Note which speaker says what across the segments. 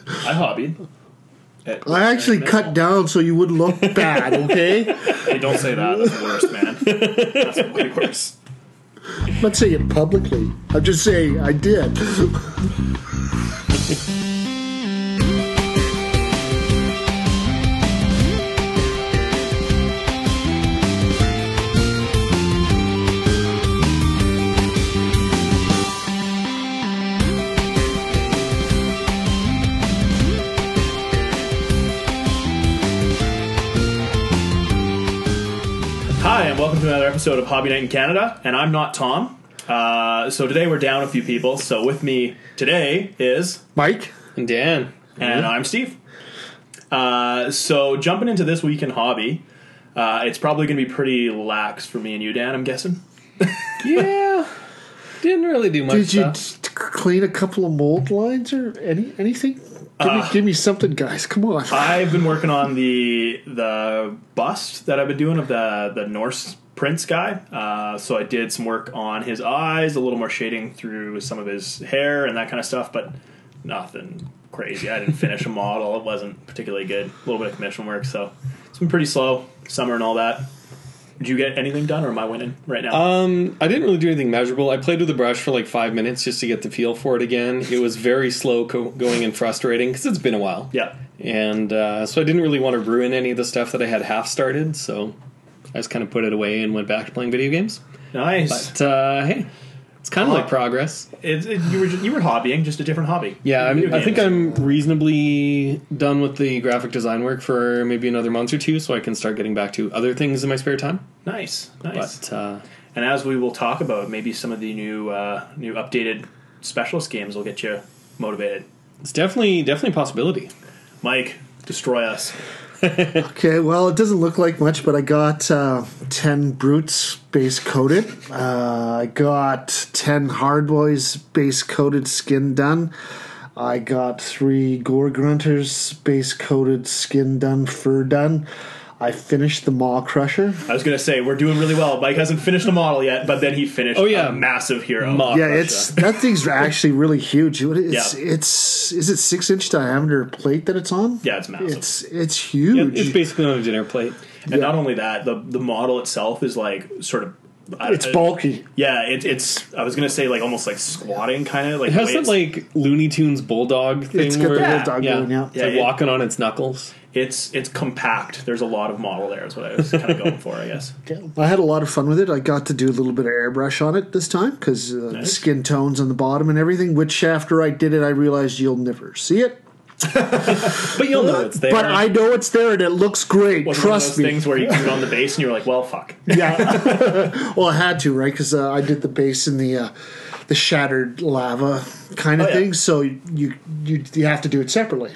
Speaker 1: I hobbied. At-
Speaker 2: I actually
Speaker 1: at
Speaker 2: cut down so you would look bad, okay?
Speaker 1: Hey, don't say that. That's worse, man. That's way worse.
Speaker 2: I'm not saying it publicly. I'm just saying I did.
Speaker 1: Hi, and welcome to another episode of Hobby Night in Canada. And I'm not Tom. Uh, so today we're down a few people. So with me today is,
Speaker 2: Mike?
Speaker 3: Dan.
Speaker 1: and I'm Steve. Uh, so jumping into this week in hobby, uh, it's probably going to be pretty lax for me and you, Dan. I'm guessing.
Speaker 3: Yeah. Didn't really do much
Speaker 2: Did you
Speaker 3: stuff.
Speaker 2: t- clean a couple of mold lines or any anything? Give, me, give me something, guys. Come on.
Speaker 1: I've been working on the the bust that I've been doing of the the Norse prince guy. Uh, so I did some work on his eyes, a little more shading through some of his hair and that kind of stuff, but nothing crazy. I didn't finish a model; it wasn't particularly good. A little bit of commission work, so it's been pretty slow. Summer and all that. Did you get anything done, or am I winning right now?
Speaker 3: Um, I didn't really do anything measurable. I played with the brush for like five minutes just to get the feel for it again. It was very slow co- going and frustrating because it's been a while.
Speaker 1: yeah,
Speaker 3: And uh, so I didn't really want to ruin any of the stuff that I had half started. So I just kind of put it away and went back to playing video games.
Speaker 1: nice.
Speaker 3: But uh, hey, it's kind of
Speaker 1: Huh.
Speaker 3: like progress.
Speaker 1: It, it, you were ju- you were hobbying, just a different hobby.
Speaker 3: Yeah, I'm,
Speaker 1: Video
Speaker 3: I think
Speaker 1: games.
Speaker 3: I'm reasonably done with the graphic design work for maybe another month or two, so I can start getting back to other things in my spare time.
Speaker 1: nice, nice.
Speaker 3: But uh,
Speaker 1: And as we will talk about, maybe some of the new uh, new updated specialist games will get you motivated.
Speaker 3: it's definitely definitely a possibility.
Speaker 1: Mike, destroy us.
Speaker 2: Okay, well, it doesn't look like much, but I got uh, 10 brutes base coated. Uh, I got 10 hard boys base coated skin done. I got three gore grunters base coated skin done, fur done. I finished the maw crusher.
Speaker 1: I was gonna say we're doing really well. Mike hasn't finished a model yet, but then he finished.
Speaker 3: Oh, yeah.
Speaker 1: a massive hero.
Speaker 3: Maw.
Speaker 2: yeah,
Speaker 3: Crusher.
Speaker 2: it's that thing's actually really huge. It- It's
Speaker 1: Yeah.
Speaker 2: it's is it six inch diameter plate that it's on?
Speaker 1: Yeah, it's massive.
Speaker 2: It's it's
Speaker 3: Yeah,
Speaker 2: huge.
Speaker 3: it's basically on a dinner plate.
Speaker 1: and not only that, the the model itself is like sort of. I-
Speaker 2: it's
Speaker 1: I-
Speaker 2: bulky.
Speaker 1: Yeah, it, it's. I was gonna say like almost like squatting, kind of like.
Speaker 3: It has
Speaker 1: the way
Speaker 3: that like Looney Tunes bulldog thing
Speaker 2: It's got the
Speaker 3: where
Speaker 2: little dog
Speaker 3: yeah,
Speaker 2: going, yeah.
Speaker 3: it's like
Speaker 1: Yeah, it-
Speaker 3: walking on its knuckles.
Speaker 1: it's, it's it's compact. There's a lot of model there. Is what I was kind of going for, I guess.
Speaker 2: I had a lot of fun with it. I got to do a little bit of airbrush on it this time because uh, the skin tones on the bottom and everything. Which after I did it, I realized you'll never see it.
Speaker 3: But you'll know it's there.
Speaker 2: But I know it's there and it looks
Speaker 1: Wasn't
Speaker 2: great.
Speaker 1: one of
Speaker 2: Trust
Speaker 1: those
Speaker 2: me.
Speaker 1: things where you do it on the base and you're like, well, fuck.
Speaker 2: Yeah. well, I had to, right? Because uh, I did the base in the uh, the shattered lava kind of
Speaker 1: Oh, yeah.
Speaker 2: thing. So you you you have to do it separately.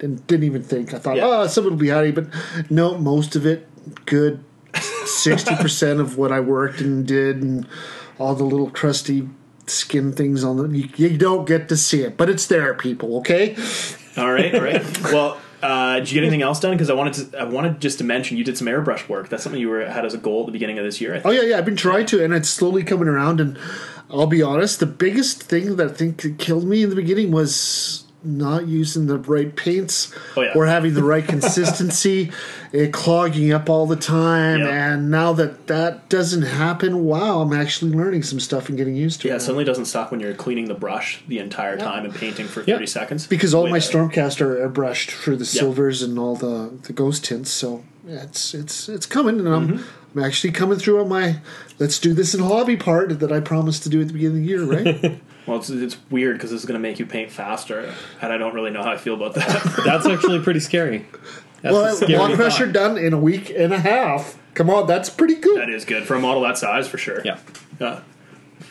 Speaker 2: And didn't even think. I thought,
Speaker 1: Yeah.
Speaker 2: oh, some of it'll be howdy, but no, most of it good. Sixty percent of what I worked and did, and all the little crusty skin things on them. You, you don't get to see it, but it's there, people. Okay.
Speaker 1: All right, all right. Well, uh, did you get anything else done? Because I wanted to, I wanted just to mention you did some airbrush work. That's something you were had as a goal at the beginning of this year. I
Speaker 2: Oh
Speaker 1: think.
Speaker 2: yeah, yeah. I've been trying to, and it's slowly coming around. And I'll be honest, the biggest thing that I think killed me in the beginning was not using the right paints
Speaker 1: Oh, yeah.
Speaker 2: or having the right consistency. It clogging up all the time,
Speaker 1: Yeah.
Speaker 2: and now that that doesn't happen, wow, I'm actually learning some stuff and getting used to
Speaker 1: Yeah,
Speaker 2: it.
Speaker 1: it suddenly doesn't stop when you're cleaning the brush the entire time and painting for
Speaker 3: Yeah.
Speaker 1: thirty seconds.
Speaker 2: Because all
Speaker 1: Way
Speaker 2: my
Speaker 1: better.
Speaker 2: Stormcast are airbrushed for the silvers and all the, the ghost tints, so yeah, it's it's it's coming, and I'm
Speaker 3: Mm-hmm.
Speaker 2: I'm actually coming through on my let's do this in hobby part that I promised to do at the beginning of the year, right?
Speaker 1: Well, it's, it's weird because it's going to make you paint faster, and I don't really know how I feel about that.
Speaker 3: That's actually pretty scary. That's a
Speaker 2: Well,
Speaker 3: scary
Speaker 2: blood
Speaker 3: thought.
Speaker 2: pressure done in a week and a half. Come on, that's pretty good.
Speaker 1: that is good for a model that size for sure.
Speaker 3: Yeah.
Speaker 1: Yeah.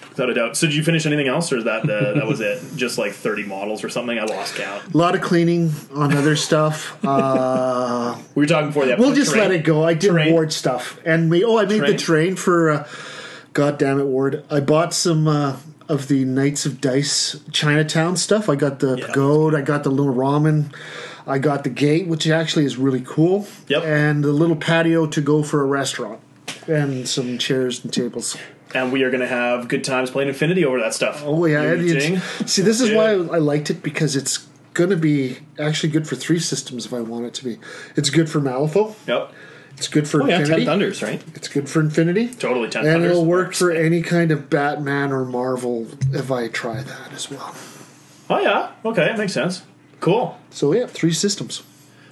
Speaker 1: Without a doubt. So, did you finish anything else, or is that the, that was it? Just like thirty models or something? I lost count.
Speaker 2: A lot of cleaning on other stuff. Uh,
Speaker 1: We were talking before that.
Speaker 2: we'll just let it go. I did
Speaker 1: Terrain.
Speaker 2: Ward stuff, and we oh, I made the
Speaker 1: Terrain.
Speaker 2: train for. Uh, God damn it, Ward! I bought some uh, of the Knights of Dice Chinatown stuff. I got the
Speaker 1: Yeah.
Speaker 2: pagode. I got the little ramen. I got the gate, which actually is really cool.
Speaker 1: Yep.
Speaker 2: And the little patio to go for a restaurant, and some chairs and tables.
Speaker 1: and we are going to have good times playing Infinity over that stuff.
Speaker 2: Oh yeah,
Speaker 1: You
Speaker 2: and it's-
Speaker 1: ding.
Speaker 2: see, this is
Speaker 1: Yeah.
Speaker 2: why I liked it because it's gonna be actually good for three systems if I want it to be. It's good for Malifaux.
Speaker 1: Yep.
Speaker 2: It's good for
Speaker 3: Oh yeah, ten
Speaker 2: Infinity.
Speaker 3: thunders, right?
Speaker 2: It's good for Infinity.
Speaker 1: Totally 10
Speaker 2: And
Speaker 1: thunders.
Speaker 2: it'll work for any kind of Batman or Marvel if I try that as well.
Speaker 1: Oh yeah. Okay, that makes sense. Cool.
Speaker 2: So yeah, three systems.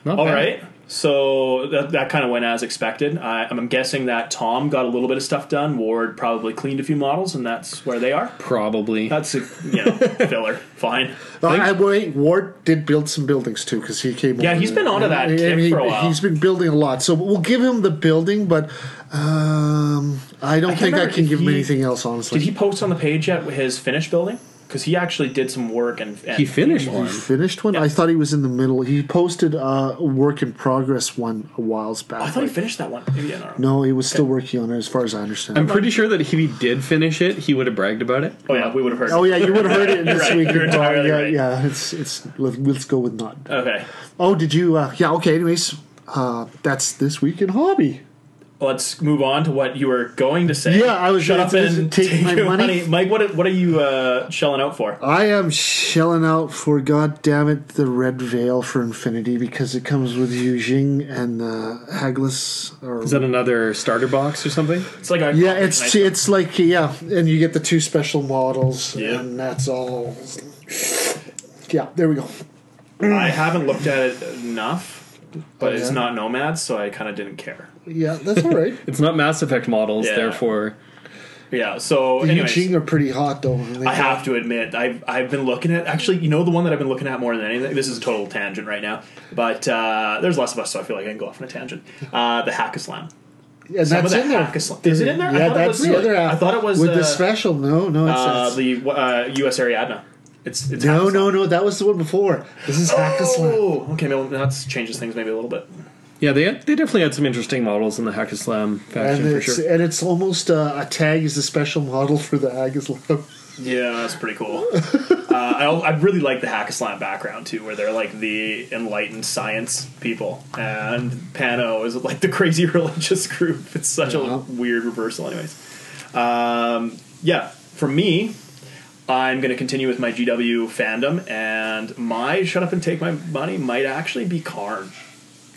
Speaker 3: Not
Speaker 1: All
Speaker 3: bad.
Speaker 1: right. So that, that kind of went as expected. I, I'm guessing that Tom got a little bit of stuff done. Ward probably cleaned a few models, and that's where they are.
Speaker 3: Probably.
Speaker 1: That's a you know filler. Fine.
Speaker 2: Uh, I, wait, Ward did build some buildings too because he came.
Speaker 1: Yeah,
Speaker 2: over
Speaker 1: he's been onto
Speaker 2: and-
Speaker 1: that
Speaker 2: and
Speaker 1: kick
Speaker 2: he,
Speaker 1: for a while.
Speaker 2: He's been building a lot, so we'll give him the building, but um, I don't
Speaker 1: can't
Speaker 2: think I
Speaker 1: remember
Speaker 2: can
Speaker 1: if
Speaker 2: give him
Speaker 1: he-
Speaker 2: anything else. Honestly,
Speaker 1: Did he post on the page yet his finished building? Because he actually did some work and, and
Speaker 3: He finished one.
Speaker 2: finished one? I thought he was in the middle. He posted uh, a work in progress one a whiles back.
Speaker 1: Oh, I thought he finished that one. Maybe I don't know.
Speaker 2: no, he was still working on it, as far as I understand.
Speaker 3: I'm pretty sure that if he did finish it, he would have bragged about it.
Speaker 1: Oh yeah, we would have heard.
Speaker 2: Oh yeah, you would have heard it this
Speaker 1: Right,
Speaker 2: week.
Speaker 1: you're entirely
Speaker 2: yeah,
Speaker 1: right.
Speaker 2: yeah, it's it's. Let, let's go with not.
Speaker 1: Okay.
Speaker 2: Oh, did you? Uh, yeah. Okay. Anyways, uh, that's this week in hobby.
Speaker 1: Let's move on to what you were going to say.
Speaker 2: Yeah, I was
Speaker 1: shut
Speaker 2: gonna
Speaker 1: up
Speaker 2: say,
Speaker 1: and
Speaker 2: take my
Speaker 1: your
Speaker 2: money.
Speaker 1: Mike. What what are you uh, shelling out for?
Speaker 2: I am shelling out for God damn it the red veil for infinity because it comes with Yu Jing and uh, Haglis or
Speaker 3: Is that another starter box or something?
Speaker 1: It's like a
Speaker 2: yeah it's
Speaker 1: nice-
Speaker 2: it's like yeah and you get the two special models
Speaker 1: Yeah.
Speaker 2: and that's all yeah there we go
Speaker 1: I haven't looked at it enough, but
Speaker 2: Oh,
Speaker 1: it's
Speaker 2: yeah?
Speaker 1: not Nomads, so I kind of didn't care.
Speaker 2: yeah that's all right
Speaker 3: It's not Mass Effect models,
Speaker 1: Yeah.
Speaker 3: therefore.
Speaker 1: Yeah. So,
Speaker 2: the Yu
Speaker 1: anyways,
Speaker 2: Jing are pretty hot though and they-
Speaker 1: I have to admit, I've I've been looking at actually, you know, the one that I've been looking at more than anything. This is a total tangent right now, but uh, there's less of us, so I feel like I can go off on a tangent. Uh, the Hack Islam.
Speaker 2: and
Speaker 1: some of
Speaker 2: that's
Speaker 1: the
Speaker 2: in there
Speaker 1: hack is- is it in there? I
Speaker 2: yeah
Speaker 1: thought it
Speaker 2: that's
Speaker 1: was-
Speaker 2: the other half
Speaker 1: I thought it was,
Speaker 2: with
Speaker 1: uh,
Speaker 2: the special no no it's,
Speaker 1: Uh,
Speaker 2: it's-
Speaker 1: the uh, U.S. Ariadna. It's it's Hack
Speaker 2: no
Speaker 1: Islam.
Speaker 2: no no that was the one before this is Hack Islam.
Speaker 1: Oh, okay. Maybe that changes things maybe a little bit.
Speaker 3: Yeah, they had, they definitely had some interesting models in the Hack Slam faction
Speaker 2: And
Speaker 3: for
Speaker 2: it's,
Speaker 3: sure.
Speaker 2: and it's almost uh, a tag is a special model for the Oh, Agaslam.
Speaker 1: Yeah, that's pretty cool. uh, I, I really like the Hackaslam background too, where they're like the enlightened science people, and Pano is like the crazy religious group. It's such
Speaker 2: Yeah.
Speaker 1: a weird reversal, anyways. Um, yeah, for me, I'm going to continue with my GW fandom, and my shut up and take my money might actually be Karn.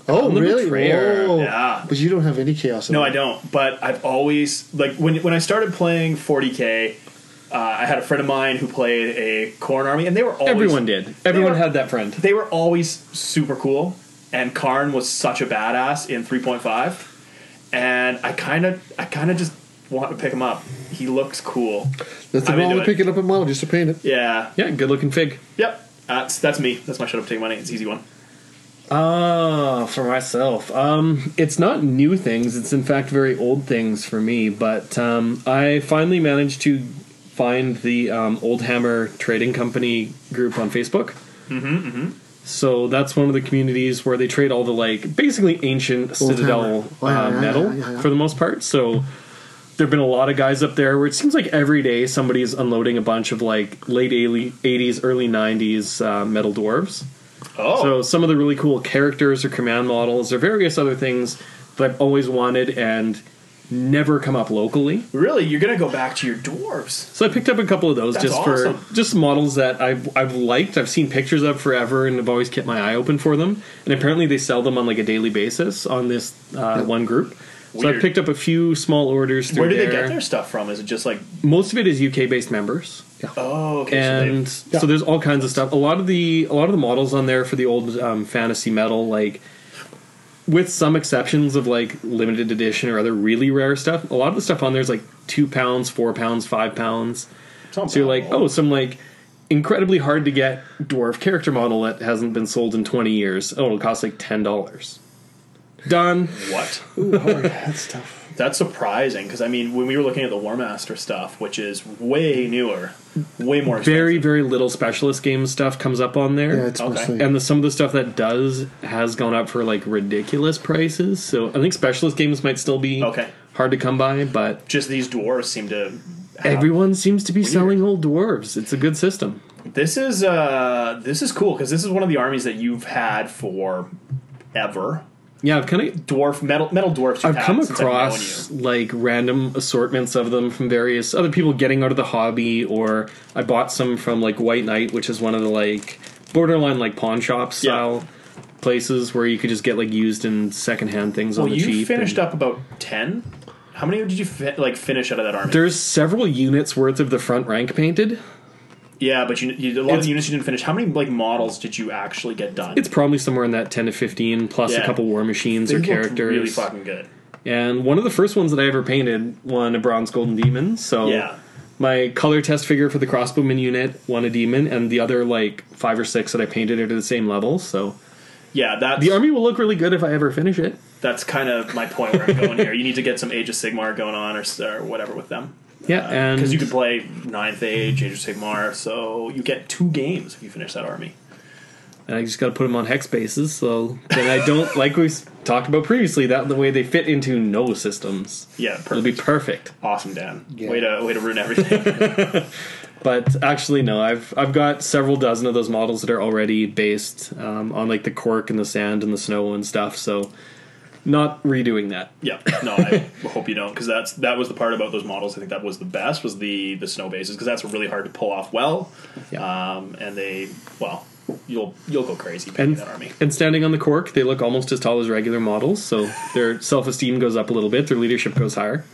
Speaker 2: Oh,
Speaker 3: Little
Speaker 2: really?
Speaker 3: prayer.
Speaker 2: Whoa.
Speaker 1: Yeah.
Speaker 2: But you don't have any chaos. in
Speaker 1: No, I
Speaker 2: it.
Speaker 1: don't. But I've always like when when I started playing 40k. Uh, I had a friend of mine who played a corn army, and they were always
Speaker 3: Everyone did. Everyone
Speaker 1: were-
Speaker 3: had that friend.
Speaker 1: they were always super cool, and Karn was such a badass in 3.5, and I kind of, I kind of just want to pick him up. He looks cool.
Speaker 2: Nothing
Speaker 1: I'm
Speaker 2: wrong
Speaker 1: into
Speaker 2: with
Speaker 1: it.
Speaker 2: picking up a model just to paint it.
Speaker 1: Yeah.
Speaker 3: Yeah, good looking fig.
Speaker 1: Yep. That's that's me. That's my shut up take money. It's an easy one.
Speaker 3: Ah, for myself. Um, it's not new things. It's in fact very old things for me. But um, I finally managed to find the um, Old Hammer Trading Company group on Facebook. Mm-hmm, So that's one of the communities where they trade all the like basically ancient
Speaker 2: Hammer.
Speaker 3: citadel
Speaker 2: Oh, yeah,
Speaker 3: uh,
Speaker 2: yeah,
Speaker 3: metal
Speaker 2: yeah, yeah, yeah.
Speaker 3: for the most part. So there've been a lot of guys up there where it seems like every day somebody is unloading a bunch of like late 80s, early 90s uh, metal dwarves.
Speaker 1: Oh,
Speaker 3: So some of the really cool characters or command models or various other things that I've always wanted and never come up locally.
Speaker 1: really? You're gonna go back to your dwarves?
Speaker 3: So I picked up a couple of those
Speaker 1: That's
Speaker 3: just
Speaker 1: awesome.
Speaker 3: for just models that I've I've liked. I've seen pictures of forever and I've always kept my eye open for them. And apparently they sell them on like a daily basis on this uh, one group. So I
Speaker 1: Weird.
Speaker 3: picked up a few small orders. Through
Speaker 1: Where do they
Speaker 3: there.
Speaker 1: get their stuff from? Is it just like
Speaker 3: Most of it is UK based members.
Speaker 1: oh, okay,
Speaker 3: and
Speaker 1: so
Speaker 3: so,
Speaker 2: Yeah.
Speaker 3: there's all kinds of stuff. A lot of the a lot of the models on there for the old um, fantasy metal, like with some exceptions of like limited edition or other really rare stuff. A lot of the stuff on there is like two pounds, four pounds, five pounds.
Speaker 1: they, Tom
Speaker 3: So you're like,
Speaker 1: Powell.
Speaker 3: oh, some like incredibly hard to get dwarf character model that hasn't been sold in 20 years. Oh, it'll cost like ten dollars. Done.
Speaker 1: what?
Speaker 2: Ooh, hard. Oh, that's tough.
Speaker 1: That's surprising because I mean, when we were looking at the War Master stuff, which is way newer, way more expensive.
Speaker 3: Very very little specialist game stuff comes up on there.
Speaker 2: Yeah, it's
Speaker 1: Okay.
Speaker 2: mostly.
Speaker 3: and the, some of the stuff that does has gone up for like ridiculous prices. So I think specialist games might still be
Speaker 1: Okay.
Speaker 3: hard to come by, but
Speaker 1: just these dwarves seem to. Have
Speaker 3: everyone seems to be selling old dwarves. It's a good system.
Speaker 1: This is uh this is cool because this is one of the armies that you've had for ever.
Speaker 3: Yeah, I've kind of
Speaker 1: Dwarf metal metal dwarfs. You've
Speaker 3: I've come
Speaker 1: had since I've known
Speaker 3: across like random assortments of them from various other people getting out of the hobby, or I bought some from like White Knight, which is one of the like borderline like pawn shop
Speaker 1: Yeah.
Speaker 3: style places where you could just get like used and secondhand things
Speaker 1: Well,
Speaker 3: on the
Speaker 1: you
Speaker 3: cheap.
Speaker 1: finished
Speaker 3: and-
Speaker 1: up about ten. How many did you fi- like finish out of that army?
Speaker 3: There's several units worth of the front rank painted.
Speaker 1: yeah, but you, you a lot of
Speaker 3: It's-
Speaker 1: the units you didn't finish. How many like models did you actually get done?
Speaker 3: It's probably somewhere in that 10 to 15 plus a
Speaker 1: Yeah.
Speaker 3: couple war machines
Speaker 1: They
Speaker 3: or
Speaker 1: looked
Speaker 3: characters.
Speaker 1: really fucking good.
Speaker 3: And one of the first ones that I ever painted won a bronze golden demon. So
Speaker 1: Yeah.
Speaker 3: my color test figure for the crossbowman unit won a demon, and the other like five or six that I painted are to the same level. So
Speaker 1: Yeah, that's
Speaker 3: the army will look really good if I ever finish it.
Speaker 1: that's kind of my point where I'm going here. You need to get some Age of Sigmar going on or, s- or whatever with them.
Speaker 3: Yeah, and
Speaker 1: Because Uh, you could play Ninth Age, Age of Sigmar, so you get two games if you finish that army.
Speaker 3: and I just got to put them on hex bases. So then I don't like we s- talked about previously that the way they fit into no systems.
Speaker 1: Yeah,
Speaker 3: It'll
Speaker 1: perfect.
Speaker 3: be perfect.
Speaker 1: awesome, Dan.
Speaker 2: Yeah.
Speaker 1: Way to way to ruin everything.
Speaker 3: But actually, no. I've I've got several dozen of those models that are already based um, on like the cork and the sand and the snow and stuff. So not redoing that.
Speaker 1: yeah, no, I hope you don't, because that's that was the part about those models. I think that was the best was the the snow bases, because that's really hard to pull off well.
Speaker 3: Yeah.
Speaker 1: Um, and they, well, you'll you'll go crazy painting
Speaker 3: And,
Speaker 1: that army.
Speaker 3: and standing on the cork, they look almost as tall as regular models, so their self esteem goes up a little bit, their leadership goes higher.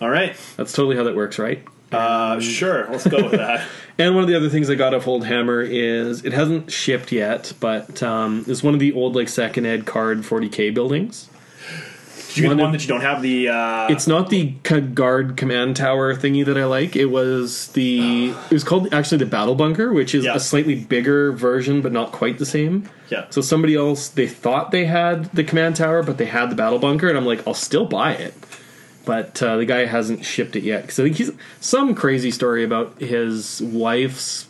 Speaker 1: All right,
Speaker 3: That's totally how that works, right?
Speaker 1: uh, sure, let's go with that.
Speaker 3: And one of the other things I got off Old Hammer is it hasn't shipped yet, but um, it's one of the old like second ed card 40k buildings.
Speaker 1: Did you get
Speaker 3: One
Speaker 1: the
Speaker 3: of-
Speaker 1: one that you don't have the? Uh,
Speaker 3: It's not the c- guard command tower thingy that I like. It was the it was called actually the battle bunker, which is
Speaker 1: Yeah.
Speaker 3: a slightly bigger version, but not quite the same.
Speaker 1: yeah.
Speaker 3: So somebody else they thought they had the command tower, but they had the battle bunker, and I'm like, I'll still buy it. But uh, the guy hasn't shipped it yet because I think he's some crazy story about his wife's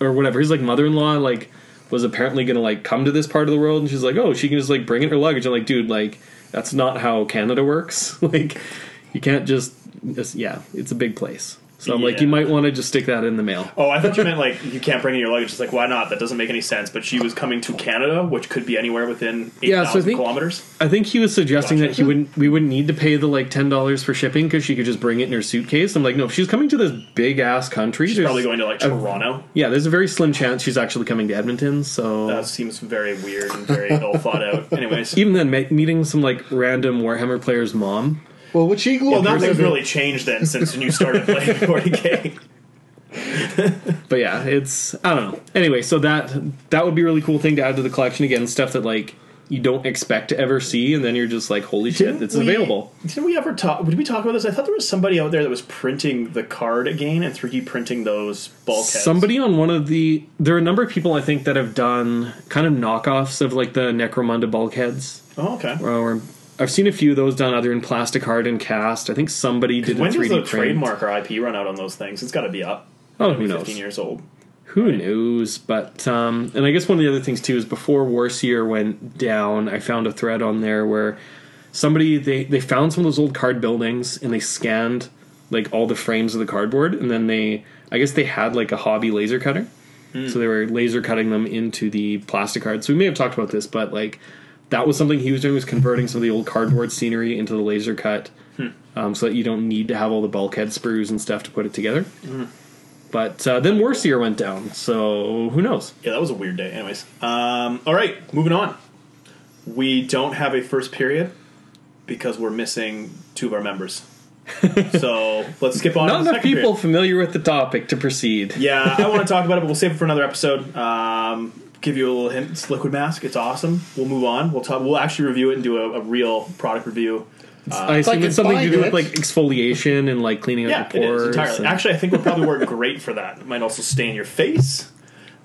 Speaker 3: or whatever. His like mother-in-law like was apparently gonna like come to this part of the world, and she's like, oh, she can just like bring in her luggage. I'm like, dude, like that's not how Canada works. like you can't just, just yeah, it's a big place. So I'm like, you
Speaker 1: Yeah.
Speaker 3: might want to just stick that in the mail.
Speaker 1: Oh, I thought you meant like you can't bring in your luggage. It's like why not? That doesn't make any sense. But she was coming to Canada, which could be anywhere within eight thousand
Speaker 3: Yeah, so I think-
Speaker 1: kilometers.
Speaker 3: I think he was suggesting
Speaker 1: Gotcha.
Speaker 3: that he wouldn't. We wouldn't need to pay the like ten dollars for shipping because she could just bring it in her suitcase. I'm like, no, if she's coming to this big ass country,
Speaker 1: She's
Speaker 3: there's-
Speaker 1: probably going to like Toronto.
Speaker 3: Yeah, there's a very slim chance she's actually coming to Edmonton. So
Speaker 1: That seems very weird and very ill thought out. Anyways,
Speaker 3: even then, ma- meeting some like random Warhammer player's mom.
Speaker 2: Well, which eagle?
Speaker 1: well,
Speaker 2: person-
Speaker 1: nothing's really changed then since you started playing 40k.
Speaker 3: But yeah, it's I don't know. Anyway, so that that would be a really cool thing to add to the collection again. Stuff that like you don't expect to ever see, and then you're just like, holy shit,
Speaker 1: Didn't
Speaker 3: it's
Speaker 1: we-
Speaker 3: available.
Speaker 1: Didn't we ever talk? Did we talk about this? I thought there was somebody out there that was printing the card again and 3D printing those bulkheads.
Speaker 3: Somebody on one of the there are a number of people I think that have done kind of knockoffs of like the Necromunda bulkheads. uh,
Speaker 1: Oh, okay.
Speaker 3: or I've seen a few of those done either in plastic hard and cast. I think somebody did a
Speaker 1: When does
Speaker 3: 3D
Speaker 1: the
Speaker 3: print.
Speaker 1: trademark or IP run out on those things? It's got to be up.
Speaker 3: Oh, who knows?
Speaker 1: Fifteen years old.
Speaker 3: Who knows? But um, and I guess one of the other things too is before Warseer went down, I found a thread on there where somebody they they found some of those old card buildings and they scanned like all the frames of the cardboard and then they I guess they had like a hobby laser cutter. So they were laser cutting them into the plastic cards. So we may have talked about this, but like that was something he was doing was converting some of the old cardboard scenery into the laser cut, um, so that you don't need to have all the bulkhead sprues and stuff to put it together. But uh, then Warseer went down, so who knows?
Speaker 1: Yeah, that was a weird day. Anyways, um, all right, moving on. We don't have a first period because we're missing two of our members. so let's skip on. to the
Speaker 3: Not enough
Speaker 1: Uh, second
Speaker 3: people
Speaker 1: period.
Speaker 3: familiar with the topic to proceed.
Speaker 1: Yeah, I want to talk about it, but we'll save it for another episode. Um, give you a little hint. It's Liquid Mask. It's awesome. We'll move on. We'll talk. We'll actually review it and do a, a real product review.
Speaker 3: I assume
Speaker 2: can
Speaker 3: it's something to
Speaker 2: find
Speaker 3: do
Speaker 2: it.
Speaker 3: with like exfoliation and like cleaning
Speaker 1: Yeah,
Speaker 3: out the
Speaker 1: it
Speaker 3: pores.
Speaker 1: is entirely.
Speaker 3: and-
Speaker 1: Actually, I think would probably work great for that. It might also stain your face,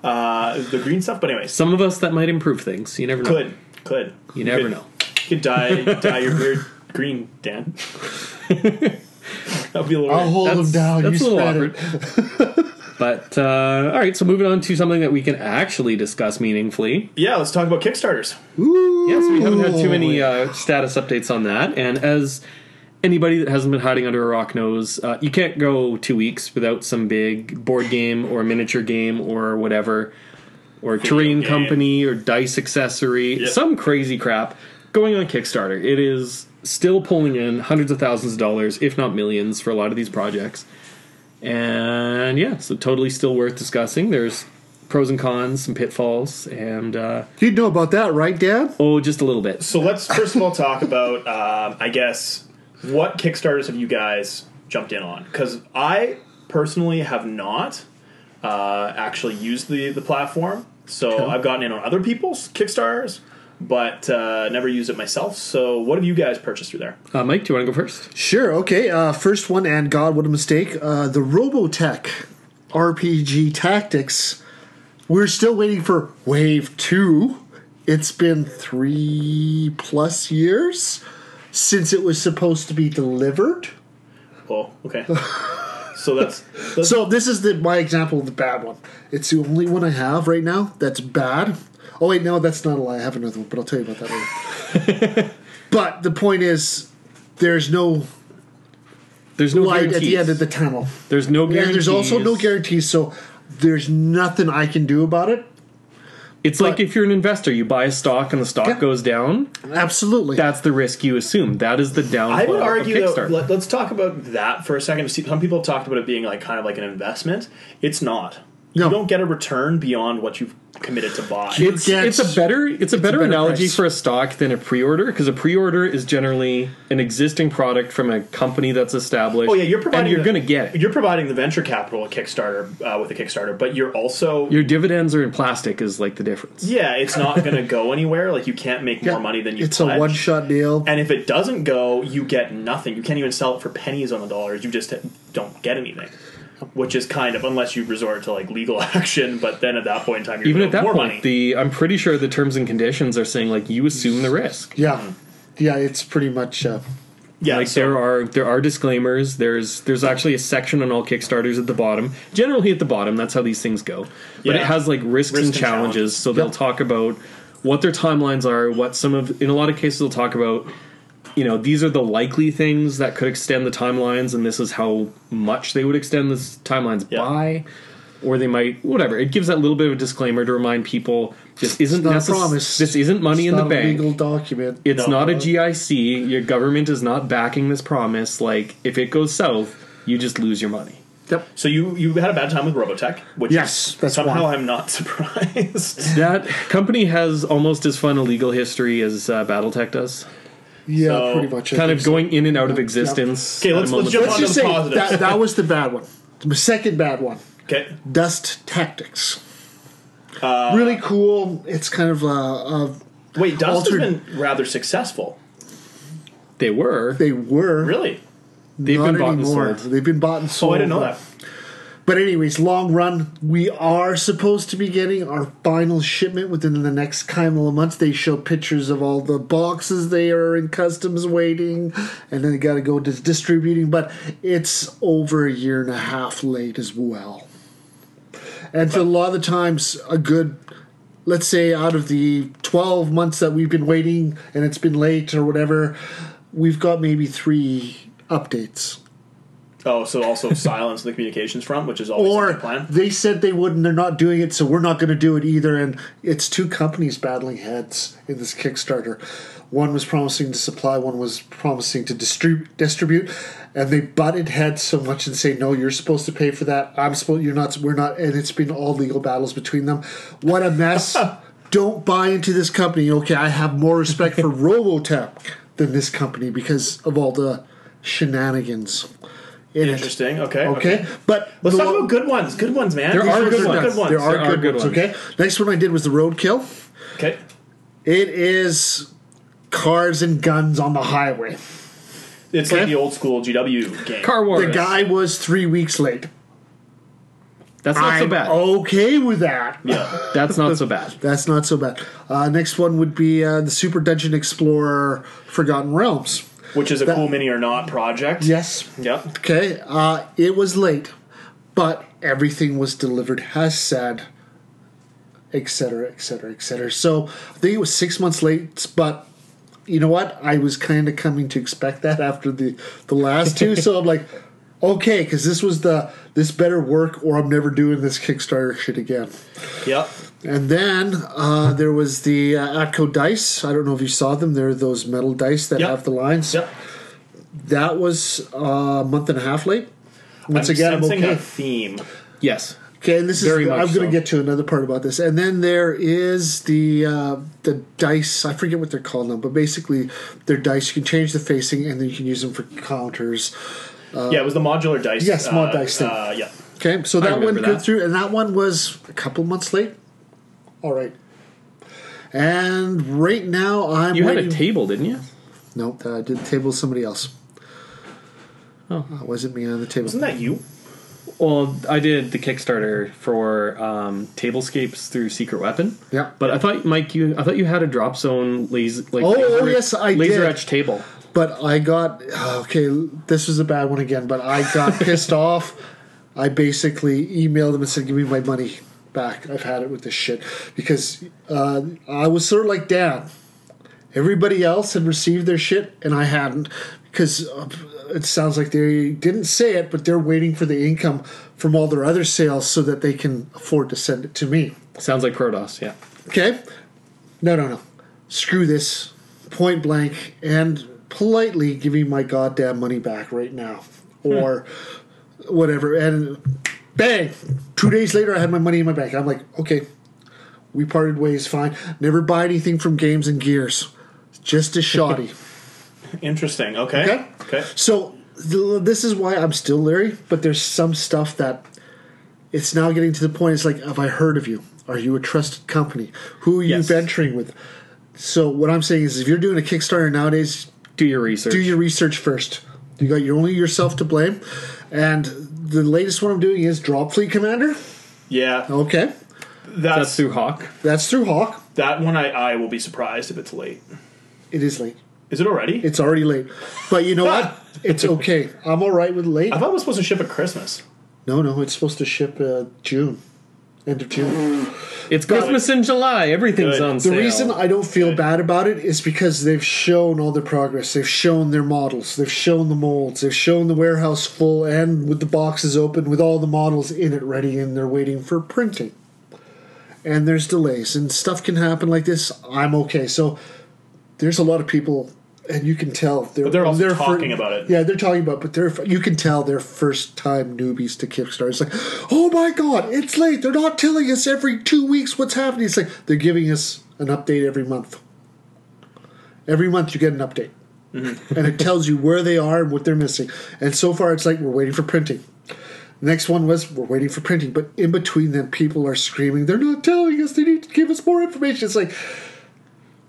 Speaker 1: uh, the green stuff. But anyways,
Speaker 3: some of us that might improve things. You never know.
Speaker 1: could could
Speaker 3: You never
Speaker 1: could-
Speaker 3: know.
Speaker 1: You could dye dye your beard green, Dan. That'd be a little.
Speaker 2: I'll
Speaker 1: weird.
Speaker 2: hold
Speaker 3: That's,
Speaker 2: him down.
Speaker 3: that's a
Speaker 2: you
Speaker 3: little
Speaker 2: spread
Speaker 3: awkward.
Speaker 2: it.
Speaker 3: but uh, all right, so moving on to something that we can actually discuss meaningfully.
Speaker 1: yeah, let's talk about Kickstarters.
Speaker 3: Yes, we haven't had too many
Speaker 2: Ooh.
Speaker 3: uh, status updates on that. And as anybody that hasn't been hiding under a rock knows, uh, you can't go two weeks without some big board game or miniature game or whatever, or terrain
Speaker 1: game.
Speaker 3: company or dice accessory,
Speaker 1: Yep.
Speaker 3: some crazy crap going on Kickstarter. It is still pulling in hundreds of thousands of dollars, if not millions, for a lot of these projects. And yeah, so totally still worth discussing. There's pros and cons, some pitfalls, and uh,
Speaker 2: You know about that, right, Dad?
Speaker 3: oh, just a little bit.
Speaker 1: So let's first of all talk about, um, I guess, what Kickstarters have you guys jumped in on? Because I personally have not uh, actually used the, the platform. So I've gotten in on other people's Kickstarters, but uh, never used it myself. So what have you guys purchased through there?
Speaker 3: Uh, Mike, do you want to go first?
Speaker 2: Sure. Okay. Uh, first one, and God, what a mistake. Uh, the Robotech RPG Tactics. We're still waiting for Wave 2. It's been three plus years since it was supposed to be delivered.
Speaker 1: Oh, okay. so that's, that's
Speaker 2: So this is the my example of the bad one. It's the only one I have right now that's bad. Oh wait, no, that's not a lie. I have another one, but I'll tell you about that later. but the point is, there's no
Speaker 3: There's no
Speaker 2: light
Speaker 3: guarantees.
Speaker 2: at the end of the tunnel.
Speaker 3: there's no guarantees.
Speaker 2: And there's also no guarantees, so there's nothing I can do about it.
Speaker 3: It's like if you're an investor, you buy a stock and the stock
Speaker 2: Yeah.
Speaker 3: goes down.
Speaker 2: Absolutely.
Speaker 3: That's the risk you assume. That is the downfall.
Speaker 1: I would argue
Speaker 3: of
Speaker 1: that
Speaker 3: Kickstarter.
Speaker 1: let, let's talk about that for a second. See, Some people have talked about it being like kind of like an investment. It's not.
Speaker 2: No.
Speaker 1: You don't get a return beyond what you've committed to buy.
Speaker 2: It
Speaker 3: it's,
Speaker 2: gets-
Speaker 3: it's a better it's a better,
Speaker 2: better
Speaker 3: analogy
Speaker 2: price.
Speaker 3: for a stock than a pre-order because a pre-order is generally an existing product from a company that's established.
Speaker 1: Oh yeah, you're providing.
Speaker 3: and you're
Speaker 1: the-
Speaker 3: going to get it.
Speaker 1: You're providing the venture capital at Kickstarter uh, with a Kickstarter, but you're also
Speaker 3: Your dividends are in plastic is like the difference.
Speaker 1: yeah, it's not going to go anywhere. Like you can't make
Speaker 2: Yeah.
Speaker 1: more money than you.
Speaker 2: It's
Speaker 1: pledged.
Speaker 2: a one shot deal.
Speaker 1: And if it doesn't go, you get nothing. You can't even sell it for pennies on the dollars. You just don't get anything. Which is kind of unless you resort to like legal action, but then at that point in time, you're
Speaker 3: Even
Speaker 1: gonna
Speaker 3: at
Speaker 1: owe
Speaker 3: that
Speaker 1: more
Speaker 3: point,
Speaker 1: money.
Speaker 3: the I'm pretty sure the terms and conditions are saying like you assume the risk.
Speaker 2: yeah. Yeah, it's pretty much uh,
Speaker 1: yeah,
Speaker 3: Like
Speaker 1: so-
Speaker 3: there are there are disclaimers. There's there's actually a section on all Kickstarters at the bottom. Generally at the bottom, that's how these things go. But
Speaker 1: Yeah.
Speaker 3: it has like risks
Speaker 1: Risks
Speaker 3: and
Speaker 1: and
Speaker 3: challenges.
Speaker 1: challenges.
Speaker 3: So they'll talk about what their timelines are. What some of in a lot of cases they'll talk about. You know these are the likely things that could extend the timelines, and this is how much they would extend this timelines
Speaker 1: Yeah.
Speaker 3: by. Or they might whatever. It gives that little bit of a disclaimer to remind people this isn't
Speaker 2: not a
Speaker 3: necess-
Speaker 2: promise.
Speaker 3: This isn't money
Speaker 2: it's
Speaker 3: in the
Speaker 2: not a
Speaker 3: bank.
Speaker 2: legal document.
Speaker 3: It's
Speaker 1: No.
Speaker 3: not a GIC. Your government is not backing this promise. Like, if it goes south, you just lose your money.
Speaker 2: yep.
Speaker 1: So you you had a bad time with Robotech, which
Speaker 2: Yes,
Speaker 1: is
Speaker 2: that's
Speaker 1: somehow
Speaker 2: why.
Speaker 1: I'm not surprised.
Speaker 3: That company has almost as fun a legal history as uh, BattleTech does.
Speaker 2: Yeah,
Speaker 1: So,
Speaker 2: pretty much. I
Speaker 3: Kind
Speaker 2: think
Speaker 3: of
Speaker 2: so.
Speaker 3: going in and out of existence.
Speaker 1: Okay,
Speaker 3: at a
Speaker 1: let's- let's
Speaker 3: moment's
Speaker 1: jump on
Speaker 2: Let's
Speaker 3: notice.
Speaker 2: just
Speaker 1: to
Speaker 2: say
Speaker 1: the positives.
Speaker 2: that, that was the bad one. The second bad one.
Speaker 1: okay,
Speaker 2: Dust Tactics.
Speaker 1: Uh,
Speaker 2: really cool. It's kind of uh, uh,
Speaker 1: wait, Dust has
Speaker 2: Altered-
Speaker 1: been rather successful.
Speaker 3: They were.
Speaker 2: they were
Speaker 1: Really?
Speaker 3: They've
Speaker 2: not
Speaker 3: been bought and
Speaker 2: anymore.
Speaker 3: sold.
Speaker 2: They've been bought and
Speaker 1: Oh,
Speaker 2: sold.
Speaker 1: I didn't know that.
Speaker 2: But anyways, long run, we are supposed to be getting our final shipment within the next couple of months. They show pictures of all the boxes they are in customs waiting, and then they got to go to distributing. But it's over a year and a half late as well. And for a lot of the times, a good, let's say, out of the twelve months that we've been waiting and it's been late or whatever, we've got maybe three updates
Speaker 1: Oh, so also silence the communications front, which is always
Speaker 2: or
Speaker 1: the plan.
Speaker 2: they said they wouldn't they're not doing it so we're not going to do it either and it's two companies battling heads in this kickstarter one was promising to supply one was promising to distribute distribute and they butted heads so much and say no you're supposed to pay for that i'm supposed you're not we're not and it's been all legal battles between them what a mess don't buy into this company okay i have more respect for robotech than this company because of all the shenanigans in it
Speaker 1: Interesting. Okay.
Speaker 2: Okay, but
Speaker 1: Let's
Speaker 2: the
Speaker 1: talk
Speaker 2: one-
Speaker 1: about good ones. Good ones, man.
Speaker 3: There
Speaker 1: These
Speaker 3: are
Speaker 1: are
Speaker 3: good
Speaker 1: some
Speaker 3: ones.
Speaker 2: There are,
Speaker 3: There are
Speaker 2: good,
Speaker 3: good
Speaker 2: ones,
Speaker 3: ones.
Speaker 2: Okay, next one I did was the roadkill.
Speaker 1: Okay.
Speaker 2: It is cars and guns on the highway.
Speaker 1: It's like
Speaker 2: Okay.
Speaker 1: the old school GW game.
Speaker 3: Car Wars.
Speaker 2: The guy was three weeks late.
Speaker 3: That's not so
Speaker 2: I'm
Speaker 3: bad.
Speaker 2: okay with that.
Speaker 1: yeah.
Speaker 3: That's not so bad.
Speaker 2: That's not so bad. Uh, next one would be uh, the Super Dungeon Explorer Forgotten Realms.
Speaker 1: Which is a cool mini or not project.
Speaker 2: Yes.
Speaker 1: Yep.
Speaker 2: Okay. Uh, it was late, but everything was delivered as said, etc., etc., etc. So I think it was six months late, but you know what? I was kind of coming to expect that after the the last two. so I'm like, okay, because this was the this better work, or I'm never doing this Kickstarter shit again.
Speaker 1: Yep.
Speaker 2: And then uh, there was the uh, Atco dice. I don't know if you saw them. They're those metal dice that
Speaker 1: Yep.
Speaker 2: have the lines.
Speaker 1: Yep.
Speaker 2: That was uh, a month and a half late. Once
Speaker 1: I'm
Speaker 2: again, I'm
Speaker 1: sensing
Speaker 2: okay.
Speaker 1: a theme.
Speaker 3: Yes.
Speaker 2: Okay, and this
Speaker 3: Very
Speaker 2: is.
Speaker 3: much
Speaker 2: I'm going to
Speaker 3: so.
Speaker 2: get to another part about this, and then there is the uh, the dice. I forget what they're called now, but basically, they're dice. You can change the facing, and then you can use them for counters.
Speaker 1: yeah, it was the modular dice.
Speaker 2: Uh, Yes,
Speaker 1: uh,
Speaker 2: mod dice thing.
Speaker 1: Uh, yeah.
Speaker 2: Okay, so that one
Speaker 3: remember
Speaker 2: good
Speaker 3: that.
Speaker 2: through, and that one was a couple months late. All right, and right now I'm
Speaker 3: You had
Speaker 2: waiting.
Speaker 3: a table, didn't you?
Speaker 2: nope, I did table somebody else.
Speaker 3: Oh.
Speaker 2: Uh, wasn't me on the table.
Speaker 1: Isn't that you?
Speaker 3: Well, I did the Kickstarter for um, tablescapes through Secret Weapon.
Speaker 2: Yeah.
Speaker 3: But I thought, Mike, you I thought you had a drop zone laser. Like,
Speaker 2: Oh, oh,
Speaker 3: laser,
Speaker 2: yes, I
Speaker 3: laser
Speaker 2: did.
Speaker 3: etch table.
Speaker 2: But I got okay. This was a bad one again. But I got pissed off. I basically emailed them and said, "Give me my money back. I've had it with this shit." Because uh, I was sort of like Dan. Everybody else had received their shit, and I hadn't. Because uh, it sounds like they didn't say it, but they're waiting for the income from all their other sales so that they can afford to send it to me.
Speaker 3: Sounds like Protoss, yeah.
Speaker 2: Okay. No, no, no. Screw this. Point blank and politely give me my goddamn money back right now. Or whatever. And bang! Two days later, I had my money in my bank. I'm like, okay, we parted ways, fine. Never buy anything from Games and Gears. It's Just as shoddy.
Speaker 1: Interesting. Okay.
Speaker 2: Okay. So th- this is why I'm still leery, but there's some stuff that it's now getting to the point. It's like, have I heard of you? Are you a trusted company? Who are you
Speaker 1: Yes.
Speaker 2: venturing with? So what I'm saying is, if you're doing a Kickstarter nowadays,
Speaker 3: Do your research.
Speaker 2: do your research first. You got your only yourself to blame. And the latest one I'm doing is Drop Fleet Commander.
Speaker 1: Yeah.
Speaker 2: Okay,
Speaker 3: That's
Speaker 1: That's,
Speaker 3: through Hawk.
Speaker 2: that's through Hawk.
Speaker 1: that one. I, I will be surprised if it's late.
Speaker 2: It is late.
Speaker 1: Is it already?
Speaker 2: It's already late, but you know what? It's okay. I'm all right with late.
Speaker 1: I thought it was supposed to ship at Christmas.
Speaker 2: No, no, it's supposed to ship uh, June, end of June.
Speaker 3: It's Christmas in July. Everything's
Speaker 1: Good.
Speaker 3: on
Speaker 1: The
Speaker 3: sale.
Speaker 2: The reason I don't feel bad about it is because they've shown all their progress. They've shown their models. They've shown the molds. They've shown the warehouse full and with the boxes open with all the models in it ready and they're waiting for printing. And there's delays and stuff can happen like this. I'm okay. So there's a lot of people and you can tell they're,
Speaker 1: But they're also
Speaker 2: fir-
Speaker 1: talking about it.
Speaker 2: Yeah, they're talking about, but they're you can tell they're first time newbies to Kickstarter. It's like, oh my god, it's late. They're not telling us every two weeks what's happening. It's like they're giving us an update every month. Every month you get an update, and it tells you where they are and what they're missing. And so far, it's like we're waiting for printing. Next one was we're waiting for printing, but in between them, people are screaming, "They're not telling us. They need to give us more information." It's like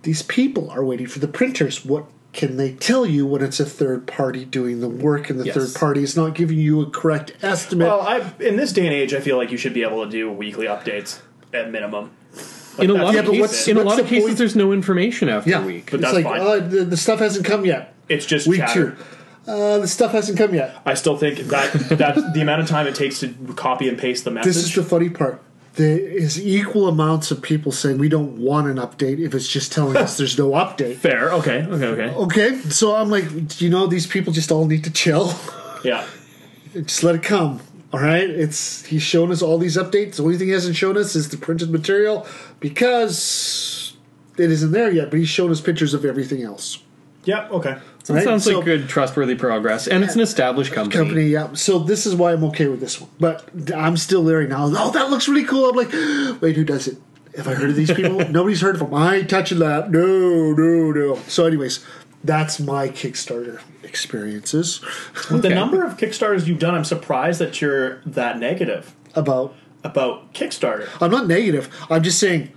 Speaker 2: these people are waiting for the printers. What can they tell you when it's a third party doing the work and the
Speaker 3: Yes.
Speaker 2: third party is not giving you a correct estimate?
Speaker 1: Well, I in this day and age, I feel like you should be able to do weekly updates at minimum. Like,
Speaker 3: in a
Speaker 1: that's
Speaker 3: lot
Speaker 1: the
Speaker 3: of
Speaker 2: but
Speaker 1: case.
Speaker 2: what's-
Speaker 3: cases, in a
Speaker 2: what's
Speaker 3: lot of
Speaker 2: the
Speaker 3: cases,
Speaker 2: point?
Speaker 3: there's no information after a week.
Speaker 1: But
Speaker 2: it's
Speaker 1: that's
Speaker 2: like
Speaker 1: fine.
Speaker 2: oh, the, the stuff hasn't come yet.
Speaker 1: it's just
Speaker 2: Week
Speaker 1: chatter.
Speaker 2: two, uh, the stuff hasn't come yet.
Speaker 1: I still think that that the amount of time it takes to copy and paste the message.
Speaker 2: This is the funny part. There is equal amounts of people saying we don't want an update if it's just telling us there's no update.
Speaker 1: fair. Okay. Okay. Okay.
Speaker 2: Okay, so I'm like, you know, these people just all need to chill.
Speaker 1: Yeah.
Speaker 2: just let it come. All right, it's he's shown us all these updates. The only thing he hasn't shown us is the printed material because it isn't there yet. But he's shown us pictures of everything else.
Speaker 1: Yeah. Okay.
Speaker 3: So it
Speaker 2: right?
Speaker 3: sounds
Speaker 2: So-
Speaker 3: like good, trustworthy progress, and it's an established company.
Speaker 2: Company, yeah. So this is why I'm okay with this one. But I'm still there now. Oh, that looks really cool. I'm like, wait, who does it? Have I heard of these people? Nobody's heard of them. I ain't touching that. No, no, no. So, anyways, that's my Kickstarter experiences
Speaker 1: With the
Speaker 3: Okay.
Speaker 1: number of Kickstarters you've done, I'm surprised that you're that negative
Speaker 2: about
Speaker 1: about Kickstarter.
Speaker 2: I'm not negative. I'm just saying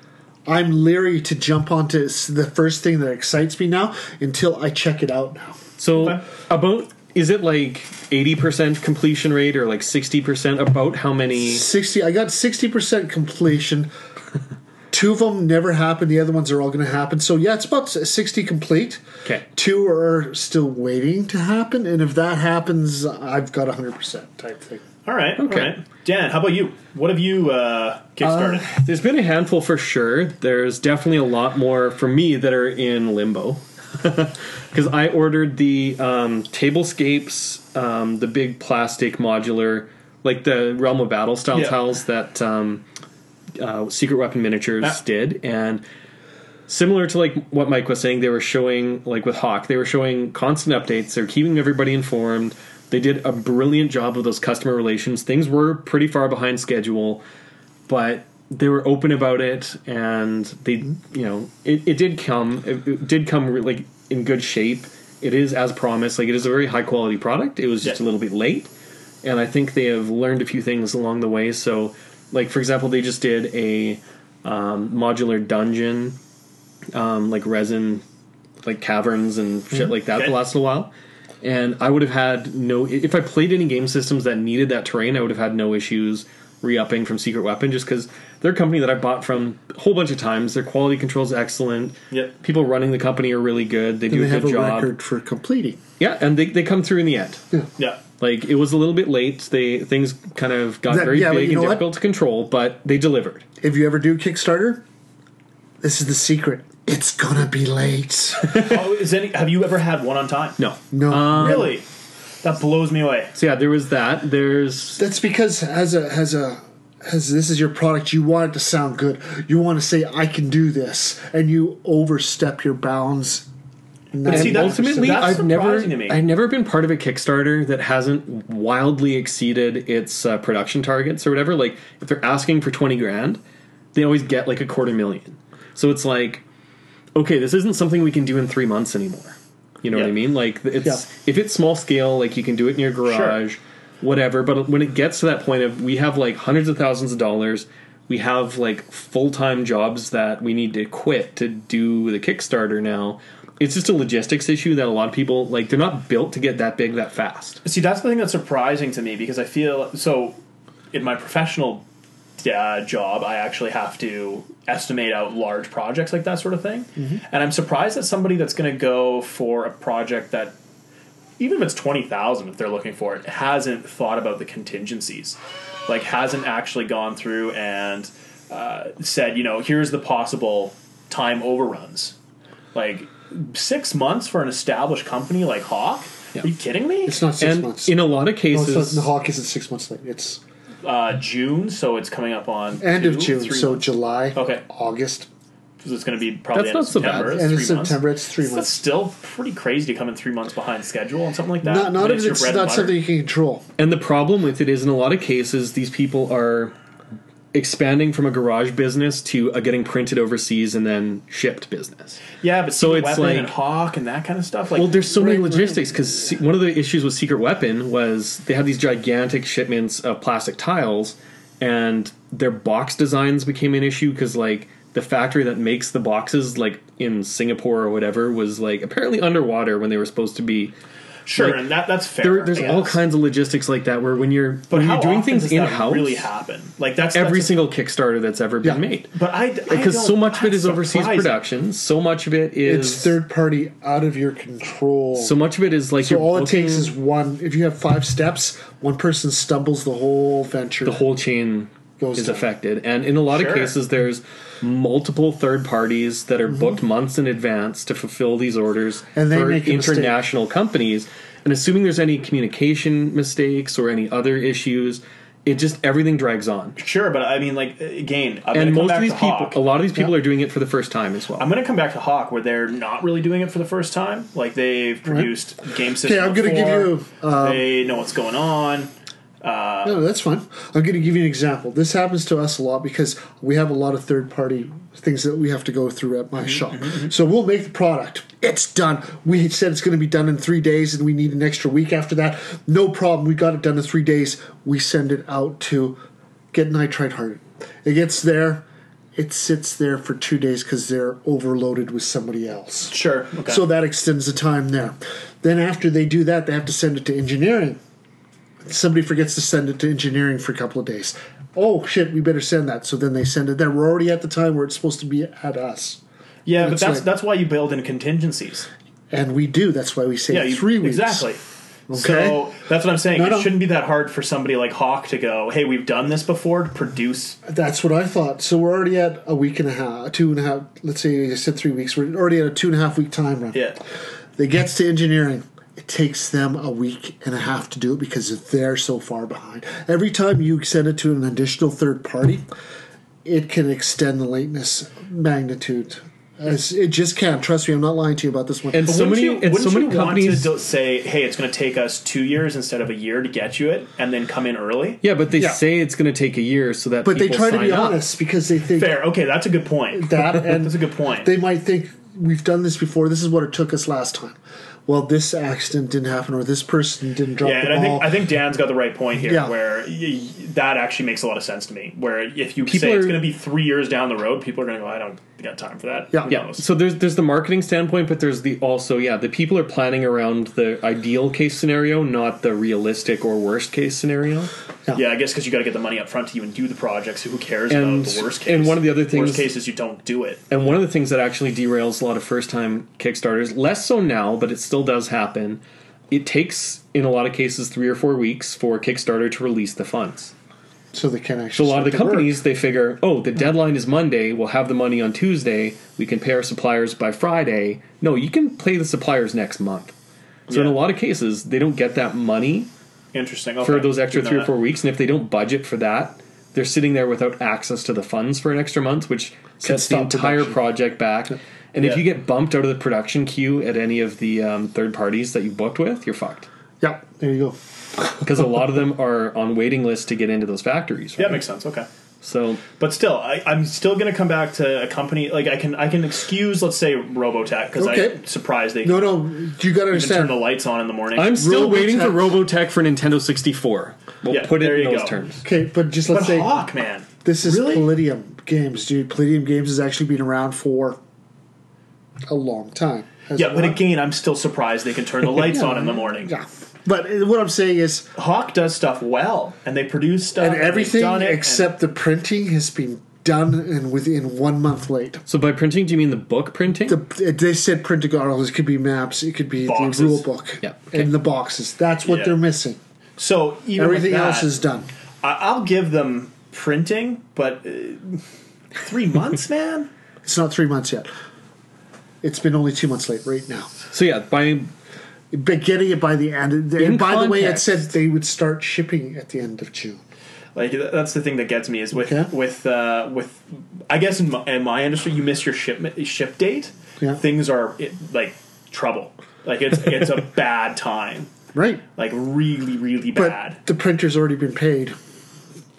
Speaker 2: I'm leery to jump onto s- the first thing that excites me now until I check it out now.
Speaker 3: So
Speaker 1: Okay.
Speaker 3: about is it like eighty percent completion rate or like sixty percent? About how many?
Speaker 2: 60 I got 60% completion. Two of them never happened. The other ones are all going to happen. So yeah, it's about s- 60 complete.
Speaker 3: Okay.
Speaker 2: Two are still waiting to happen, and if that happens, I've got 100% type thing.
Speaker 1: All right.
Speaker 3: Okay.
Speaker 1: All right. Dan, how about you? What have you uh, kickstarted?
Speaker 3: There's been a handful for sure. There's definitely a lot more for me that are in limbo. Because I ordered the um, tablescapes, um, the big plastic modular, like the Realm of Battle style
Speaker 1: Yeah.
Speaker 3: tiles that um, uh, Secret Weapon Miniatures
Speaker 1: Ah.
Speaker 3: did. And similar to like what Mike was saying, they were showing, like with Hawk, they were showing constant updates. They're keeping everybody informed. They did a brilliant job of those customer relations. Things were pretty far behind schedule, but they were open about it, and they, you know, it, it did come. It, it did come like in good shape. It is as promised. Like it is a very high quality product. It was just
Speaker 1: Yeah.
Speaker 3: a little bit late, and I think they have learned a few things along the way. So, like for example, they just did a um, modular dungeon, um, like resin, like caverns and shit like that.
Speaker 1: Mm-hmm. Okay.
Speaker 3: The last little while, and I would have had no if I played any game systems that needed that terrain. I would have had no issues re-upping from Secret Weapon just because they're a company that I bought from a whole bunch of times. Their quality control is excellent.
Speaker 1: Yep.
Speaker 3: People running the company are really good. They do
Speaker 2: And they
Speaker 3: a
Speaker 2: have
Speaker 3: good
Speaker 2: a
Speaker 3: job.
Speaker 2: record for completing.
Speaker 3: Yeah, and they they come through in the end.
Speaker 1: Yeah.
Speaker 3: Like it was a little bit late. They things kind of got
Speaker 2: That-
Speaker 3: very
Speaker 2: yeah, but
Speaker 3: big
Speaker 2: you know
Speaker 3: and
Speaker 2: what?
Speaker 3: difficult to control, but they delivered.
Speaker 2: If you ever do Kickstarter, this is the secret. It's gonna be late.
Speaker 1: oh, is any? Have you ever had one on time?
Speaker 3: No.
Speaker 2: No,
Speaker 3: Um,
Speaker 1: Really? That blows me away.
Speaker 3: So yeah, there was that. There's
Speaker 2: that's because as a as a as this is your product, you want it to sound good. You want to say I can do this, and you overstep your bounds.
Speaker 1: see,
Speaker 3: and
Speaker 1: that-
Speaker 3: ultimately,
Speaker 1: that's
Speaker 3: I've never,
Speaker 1: surprising to me.
Speaker 3: I've never been part of a Kickstarter that hasn't wildly exceeded its uh, production targets or whatever. Like, if they're asking for twenty grand, they always get like a quarter million. So it's like, okay, this isn't something we can do in three months anymore. You know what I
Speaker 1: Yeah.
Speaker 3: mean? Like, it's if it's small scale, like you can do it in your garage, whatever. But when it gets to that point of we have like hundreds of thousands of dollars, we have like full time jobs that we need to quit to do the Kickstarter now. It's just a logistics issue that a lot of people like. They're not built to get that big that fast.
Speaker 1: See, that's the thing that's surprising to me because I feel so. In my professional uh, job, I actually have to estimate out large projects like that sort of thing,
Speaker 2: Mm-hmm.
Speaker 1: and I'm surprised that somebody that's going to go for a project that, even if it's twenty thousand, if they're looking for it, hasn't thought about the contingencies, like hasn't actually gone through and uh, said, you know, here's the possible time overruns, like. Six months for an established company like Hawk?
Speaker 3: Yeah.
Speaker 1: Are you kidding me?
Speaker 2: It's not six
Speaker 3: and
Speaker 2: months.
Speaker 3: in a lot
Speaker 2: No,
Speaker 3: of
Speaker 2: it's
Speaker 3: cases,
Speaker 2: not- Oh, the Hawk isn't six months late. It's
Speaker 1: uh, June, so it's coming up on
Speaker 2: end of
Speaker 1: two,
Speaker 2: June,
Speaker 1: three
Speaker 2: so
Speaker 1: months.
Speaker 2: July,
Speaker 1: Okay.
Speaker 2: August,
Speaker 1: So it's going to be probably
Speaker 3: That's
Speaker 1: end
Speaker 3: not
Speaker 1: of
Speaker 3: so bad.
Speaker 1: September. It's
Speaker 2: and
Speaker 1: three
Speaker 2: it's September.
Speaker 1: Months.
Speaker 2: It's three
Speaker 1: That's
Speaker 2: months.
Speaker 1: still pretty crazy to come in three months behind schedule and something like that.
Speaker 2: Not, not
Speaker 1: when
Speaker 2: if
Speaker 1: your
Speaker 2: it's
Speaker 1: bread and
Speaker 2: not
Speaker 1: butter.
Speaker 2: something you can control.
Speaker 3: And the problem with it is, in a lot of cases, these people are expanding from a garage business to a getting printed overseas and then shipped business.
Speaker 1: Yeah, but
Speaker 3: So
Speaker 1: so
Speaker 3: it's
Speaker 1: Weapon
Speaker 3: like-
Speaker 1: and Hawk and that kind of stuff. Like,
Speaker 3: Well, there's so many
Speaker 2: Right, right.
Speaker 3: logistics because one of the issues with Secret Weapon was they had these gigantic shipments of plastic tiles, and their box designs became an issue because like the factory that makes the boxes, like in Singapore or whatever, was like apparently underwater when they were supposed to be.
Speaker 1: sure,
Speaker 3: like,
Speaker 1: and that that's fair.
Speaker 3: There, there's
Speaker 1: I
Speaker 3: all
Speaker 1: guess.
Speaker 3: kinds of logistics like that where when you're
Speaker 1: But
Speaker 3: when
Speaker 1: how
Speaker 3: you're doing
Speaker 1: often
Speaker 3: things
Speaker 1: does
Speaker 3: in
Speaker 1: that
Speaker 3: house,
Speaker 1: really happen? Like that's
Speaker 3: every
Speaker 1: that's-
Speaker 3: single Kickstarter that's ever been
Speaker 2: Yeah.
Speaker 3: made.
Speaker 1: But I
Speaker 3: Because so much of it is overseas
Speaker 1: production.
Speaker 3: production, so much of it is
Speaker 2: It's third party out of your control.
Speaker 3: so
Speaker 2: So,
Speaker 3: much of it is like you're
Speaker 2: all it
Speaker 3: booking
Speaker 2: takes is one. If you have five steps, one person stumbles the whole venture.
Speaker 3: the whole chain
Speaker 2: Goes
Speaker 3: is
Speaker 2: down.
Speaker 3: affected, and in a lot
Speaker 1: Sure.
Speaker 3: of cases, there's multiple third parties that are booked months in advance to fulfill these orders
Speaker 2: Mm-hmm. And they
Speaker 3: for
Speaker 2: make a mistake.
Speaker 3: international companies. And assuming there's any communication mistakes or any other issues, it just everything drags on.
Speaker 1: Sure, but I mean, like again, I'm gonna
Speaker 3: And
Speaker 1: come
Speaker 3: most
Speaker 1: back
Speaker 3: of these
Speaker 1: to
Speaker 3: people,
Speaker 1: Hawk.
Speaker 3: a lot of these people are doing it for the first time as well.
Speaker 1: I'm going to come back to Hawk, where they're not really doing it for the first time. Like they've produced game systems.
Speaker 2: I'm gonna give you,
Speaker 1: they know what's going on.
Speaker 2: No, that's fine. I'm going to give you an example. This happens to us a lot because we have a lot of third party things that we have to go through at my shop. So we'll make the product. It's done. We said it's going to be done in three days and we need an extra week after that. No problem. We got it done in three days. We send it out to get nitrite hardened. It gets there. It sits there for two days because they're overloaded with somebody else.
Speaker 1: Sure. Okay.
Speaker 2: So that extends the time there. Then after they do that, they have to send it to engineering. Somebody forgets to send it to engineering for a couple of days. Oh shit, we better send that. So then they send it there. We're already at the time where it's supposed to be at us.
Speaker 1: Yeah, but
Speaker 2: It's
Speaker 1: that's
Speaker 2: like-
Speaker 1: that's why you build in contingencies.
Speaker 2: And we do. That's why we say
Speaker 1: Yeah, you,
Speaker 2: three weeks.
Speaker 1: exactly.
Speaker 2: Okay.
Speaker 1: So that's what I'm saying.
Speaker 2: No, no.
Speaker 1: It shouldn't be that hard for somebody like Hawk to go, "Hey, we've done this before to produce."
Speaker 2: That's what I thought. So we're already at a week and a half, two and a half, let's say I said three weeks. We're already at a two and a half week time run.
Speaker 1: Yeah,
Speaker 2: They gets to engineering. It takes them a week and a half to do it because they're so far behind. Every time you send it to an additional third party, it can extend the lateness magnitude It's- It just can't. Trust me, I'm not lying to you about this one.
Speaker 3: And so
Speaker 1: Wouldn't
Speaker 3: many,
Speaker 1: you-
Speaker 3: and so
Speaker 1: wouldn't
Speaker 3: many
Speaker 1: you want to
Speaker 3: companies.
Speaker 1: do- say, "Hey, it's going to take us two years instead of a year to get you it, and then come in early."
Speaker 3: Yeah, but they
Speaker 2: Yeah.
Speaker 3: say it's going to take a year, so that
Speaker 2: but they
Speaker 3: people
Speaker 2: try to
Speaker 3: sign
Speaker 2: be
Speaker 3: up.
Speaker 2: honest because they think
Speaker 1: Fair. Okay, that's a good point.
Speaker 2: that and
Speaker 1: That's a good point.
Speaker 2: they might think we've done this before. This is what it took us last time. Well, this accident didn't happen, or this person didn't drop
Speaker 1: yeah,
Speaker 2: the
Speaker 1: and I
Speaker 2: ball.
Speaker 1: think I think Dan's got the right point here,
Speaker 2: Yeah.
Speaker 1: where y- y- that actually makes a lot of sense to me. Where if you
Speaker 3: People
Speaker 1: say it's
Speaker 3: are-
Speaker 1: going to be three years down the road, people are going to go, "I don't got time for that."
Speaker 2: Yeah.
Speaker 1: Who
Speaker 3: Yeah.
Speaker 1: knows?
Speaker 3: So there's there's the marketing standpoint, but there's the also yeah the people are planning around the ideal case scenario, not the realistic or worst case scenario.
Speaker 1: Yeah, I guess because you got to get the money up front to even do the projects. Who cares
Speaker 3: And-
Speaker 1: about the worst case?
Speaker 3: and one of the other
Speaker 1: worst
Speaker 3: things-
Speaker 1: case is you don't do it.
Speaker 3: And one of the things that actually derails a lot of first time Kickstarters, less so now, but it still does happen. It takes in a lot of cases three or four weeks for Kickstarter to release the funds.
Speaker 2: so they can
Speaker 3: So
Speaker 2: actually.
Speaker 3: a lot of the
Speaker 2: start to work.
Speaker 3: companies they figure, oh, the deadline is Monday. We'll have the money on Tuesday. We can pay our suppliers by Friday. No, you can pay the suppliers next month. So in a
Speaker 1: Yeah.
Speaker 3: lot of cases, they don't get that money
Speaker 1: Interesting. Okay.
Speaker 3: for those extra
Speaker 1: Didn't
Speaker 3: three
Speaker 1: know
Speaker 3: or four
Speaker 1: that.
Speaker 3: weeks, and if they don't budget for that, they're sitting there without access to the funds for an extra month, which sets the
Speaker 2: stop
Speaker 3: entire
Speaker 2: production.
Speaker 3: project back. And
Speaker 1: Yeah.
Speaker 3: if you get bumped out of the production queue at any of the um, third parties that you booked with, you're fucked
Speaker 2: Yeah, there you go.
Speaker 3: because a lot of them are on waiting lists to get into those factories.
Speaker 1: Yeah,
Speaker 3: Right?
Speaker 1: makes sense. Okay.
Speaker 3: so
Speaker 1: But still, I, I'm still going to come back to a company like I can I can excuse let's say Robotech because
Speaker 2: Okay.
Speaker 1: I'm surprised they
Speaker 2: No, no, you got to
Speaker 1: even turn
Speaker 2: understand.
Speaker 1: the lights on in the morning.
Speaker 3: I'm still
Speaker 2: Robotech-
Speaker 3: waiting for RoboTech for Nintendo 64. We'll
Speaker 1: Yeah,
Speaker 3: put it
Speaker 1: there
Speaker 3: in
Speaker 1: you
Speaker 3: those
Speaker 1: go.
Speaker 3: terms.
Speaker 2: Okay, but just let's
Speaker 1: but
Speaker 2: say
Speaker 1: Hawk, man,
Speaker 2: this is
Speaker 1: really
Speaker 2: Palladium Games, dude. Palladium Games has actually been around for a long time. Has
Speaker 1: yeah. But
Speaker 2: not?
Speaker 1: again, I'm still surprised they can turn the lights on in the morning.
Speaker 2: yeah. But uh, what I'm saying is,
Speaker 1: Hawk does stuff well, and they produce stuff
Speaker 2: and
Speaker 1: they've
Speaker 2: everything
Speaker 1: done it, and-
Speaker 2: except the printing has been done and within one month late.
Speaker 3: So by printing, do you mean the book printing?
Speaker 2: The, uh, they said printed articles. It could be maps. It could be
Speaker 1: Boxes.
Speaker 2: the rule book.
Speaker 3: Yeah.
Speaker 2: And the boxes. That's what
Speaker 1: Yeah.
Speaker 2: they're missing.
Speaker 1: so even with
Speaker 2: Everything
Speaker 1: that,
Speaker 2: else is done.
Speaker 1: I, I'll give them printing, but uh, three months, man.
Speaker 2: It's not three months yet. It's been only two months late right now.
Speaker 3: so yeah, by
Speaker 2: But getting it by the end. And
Speaker 3: In
Speaker 2: by the way, it
Speaker 3: context.
Speaker 2: said they would start shipping at the end of June.
Speaker 1: Like th- that's the thing that gets me is with
Speaker 2: Okay.
Speaker 1: with uh, with I guess in my, in my industry you miss your shipment ship date,
Speaker 2: Yeah.
Speaker 1: things are it, like trouble. Like it's it's a bad time,
Speaker 2: Right.
Speaker 1: like really really
Speaker 2: But
Speaker 1: bad.
Speaker 2: the printer's already been paid.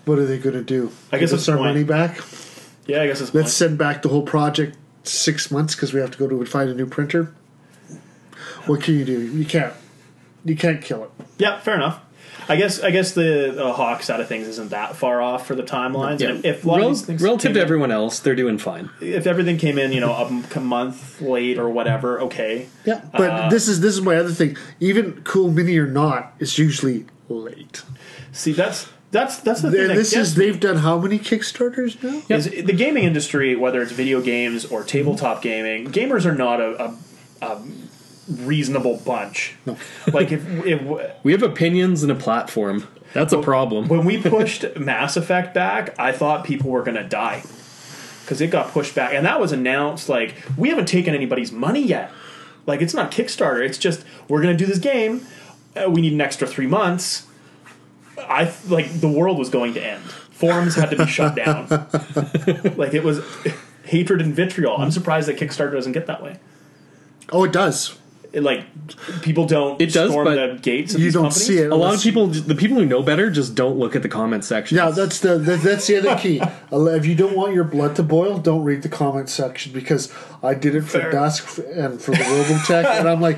Speaker 2: What are they going to do?
Speaker 1: I guess
Speaker 2: Give
Speaker 1: that's
Speaker 2: us
Speaker 1: the
Speaker 2: our
Speaker 1: point.
Speaker 2: money back.
Speaker 1: yeah, I guess it's
Speaker 2: Let's send back the whole project six months because we have to go to and find a new printer. What can you do? You can't. You can't kill it.
Speaker 1: Yeah, fair enough. I guess I guess the uh, Hawk side of things isn't that far off for the timelines.
Speaker 3: yeah,
Speaker 1: And if, if a lot
Speaker 3: rel-
Speaker 1: of these things
Speaker 3: relative
Speaker 1: came
Speaker 3: to
Speaker 1: in-
Speaker 3: everyone else, they're doing fine.
Speaker 1: if everything came in, you know, a m- month late or whatever, okay.
Speaker 2: Yeah, but
Speaker 1: Uh,
Speaker 2: this is this is my other thing. Even cool mini or not is usually late.
Speaker 1: See, that's that's that's the thing.
Speaker 2: And
Speaker 1: That
Speaker 2: this
Speaker 1: gets
Speaker 2: is they've done how many kickstarters now?
Speaker 3: Yep.
Speaker 1: is the gaming industry, whether it's video games or tabletop gaming, gamers are not a, a, a reasonable bunch.
Speaker 2: No.
Speaker 1: Like if, if
Speaker 3: We have opinions and a platform. That's a problem.
Speaker 1: when we pushed Mass Effect back, I thought people were gonna die because it got pushed back, and that was announced like we haven't taken anybody's money yet. Like it's not Kickstarter. It's just we're gonna do this game. Uh, we need an extra three months. I th- like the world was going to end. Forums had to be shut down. like it was hatred and vitriol. I'm surprised that Kickstarter doesn't get that way.
Speaker 2: Oh, it does.
Speaker 1: It, like people don't
Speaker 3: It does,
Speaker 1: storm
Speaker 3: but
Speaker 1: the gates. Of
Speaker 2: You
Speaker 1: these
Speaker 2: don't
Speaker 1: companies.
Speaker 2: see it.
Speaker 3: A lot
Speaker 2: unless-
Speaker 3: of people, the people who know better, just don't look at the comment section.
Speaker 2: Yeah, that's the that, that's the other key. if you don't want your blood to boil, don't read the comment section because I did it for
Speaker 1: Fair.
Speaker 2: Dusk and for the Robotech, and I'm like,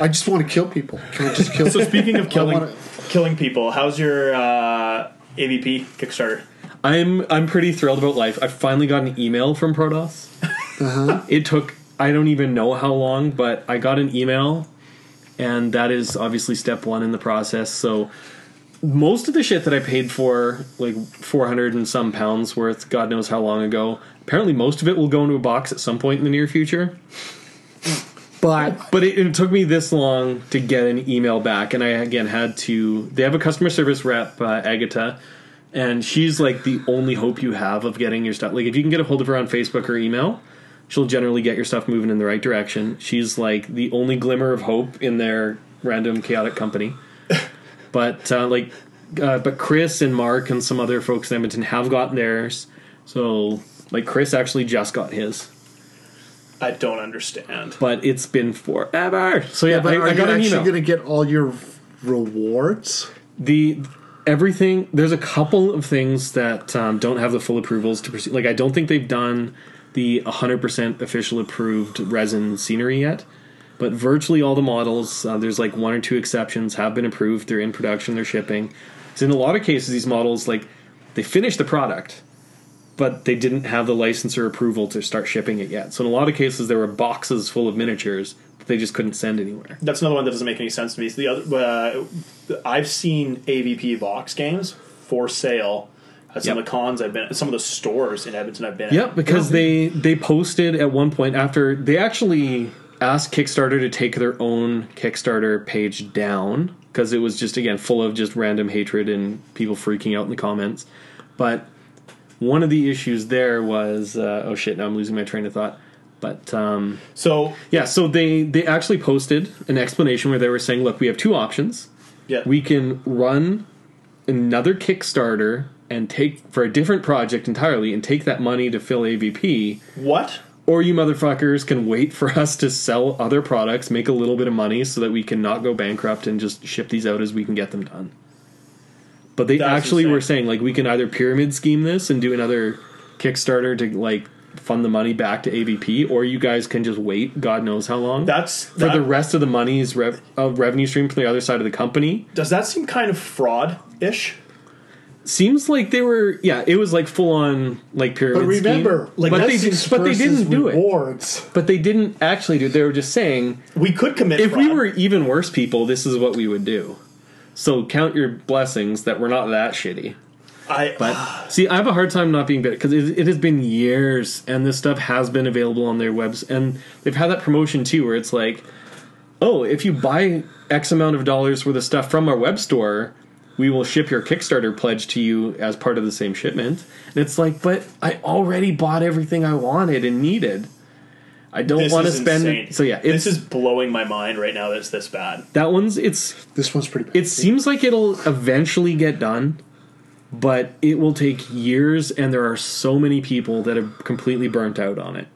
Speaker 2: I just want to kill people. Can I just kill?
Speaker 1: So speaking of killing
Speaker 2: wanna-
Speaker 1: killing people, how's your uh, AVP Kickstarter?
Speaker 3: I'm I'm pretty thrilled about life. I finally got an email from Protoss. It took I don't even know how long, but I got an email, and that is obviously step one in the process. So most of the shit that I paid for, like 400 and some pounds worth, God knows how long ago. Apparently, most of it will go into a box at some point in the near future.
Speaker 2: But
Speaker 3: But it, it took me this long to get an email back, and I again had to. They have a customer service rep, uh, Agatha, and she's like the only hope you have of getting your stuff. Like if you can get a hold of her on Facebook or email, she'll generally get your stuff moving in the right direction. She's like the only glimmer of hope in their random chaotic company. but uh, like, uh, but Chris and Mark and some other folks in Edmonton have gotten theirs. So like Chris actually just got his.
Speaker 1: I don't understand.
Speaker 3: but it's been forever. So yeah,
Speaker 2: but
Speaker 3: I,
Speaker 2: are
Speaker 3: I got
Speaker 2: you
Speaker 3: an
Speaker 2: actually
Speaker 3: email.
Speaker 2: going to get all your rewards?
Speaker 3: the everything there's a couple of things that um, don't have the full approvals to proceed. Like I don't think they've done the 100% official approved resin scenery yet. But virtually all the models, uh, there's like one or two exceptions, have been approved. They're in production. They're shipping. So in a lot of cases, these models like they finished the product, but they didn't have the license or approval to start shipping it yet. So in a lot of cases, there were boxes full of miniatures that they just couldn't send anywhere.
Speaker 1: That's another one that doesn't make any sense to me. It's the other, uh, I've seen AVP box games for sale at some
Speaker 3: Yep.
Speaker 1: of the cons I've been, at, some of the stores in Edmonton I've been. at.
Speaker 3: Yep, because they they posted at one point after they actually asked Kickstarter to take their own Kickstarter page down because it was just again full of just random hatred and people freaking out in the comments. But one of the issues there was uh, oh shit, now I'm losing my train of thought. But um,
Speaker 1: So
Speaker 3: yeah, so they they actually posted an explanation where they were saying, look, we have two options
Speaker 1: yeah,
Speaker 3: we can run another Kickstarter and take for a different project entirely and take that money to fill AVP,
Speaker 1: what?
Speaker 3: or you motherfuckers can wait for us to sell other products, make a little bit of money so that we can not go bankrupt and just ship these out as we can get them done. But they
Speaker 1: That's
Speaker 3: actually
Speaker 1: insane.
Speaker 3: were saying like we can either pyramid scheme this and do another Kickstarter to like fund the money back to AVP, or you guys can just wait, God knows how long.
Speaker 1: That's
Speaker 3: for
Speaker 1: that,
Speaker 3: the rest of the money's rev- of revenue stream from the other side of the company,
Speaker 1: does that seem kind of fraud ish?
Speaker 3: seems like they were yeah it was like full on like pyramid
Speaker 2: But remember,
Speaker 3: scheme.
Speaker 2: like
Speaker 3: but they,
Speaker 2: lessons
Speaker 3: did, but they
Speaker 2: versus
Speaker 3: didn't do it
Speaker 2: rewards.
Speaker 3: but they didn't actually do it. they were just saying
Speaker 1: We could commit.
Speaker 3: if we
Speaker 1: fraud.
Speaker 3: were even worse people this is what we would do so count your blessings that we're not that shitty
Speaker 1: I ah,
Speaker 3: but see i have a hard time not being bitter because it, it has been years and this stuff has been available on their webs and they've had that promotion too where it's like oh if you buy x amount of dollars worth of stuff from our web store we will ship your kickstarter pledge to you as part of the same shipment and it's like but i already bought everything i wanted and needed i don't
Speaker 1: this
Speaker 3: want to
Speaker 1: is
Speaker 3: spend
Speaker 1: insane.
Speaker 3: so yeah it's,
Speaker 1: this is blowing my mind right now. That it's this bad.
Speaker 3: that one's it's
Speaker 2: This one's pretty bad.
Speaker 3: it seems like it'll eventually get done, but it will take years, and there are so many people that have completely burnt out on it.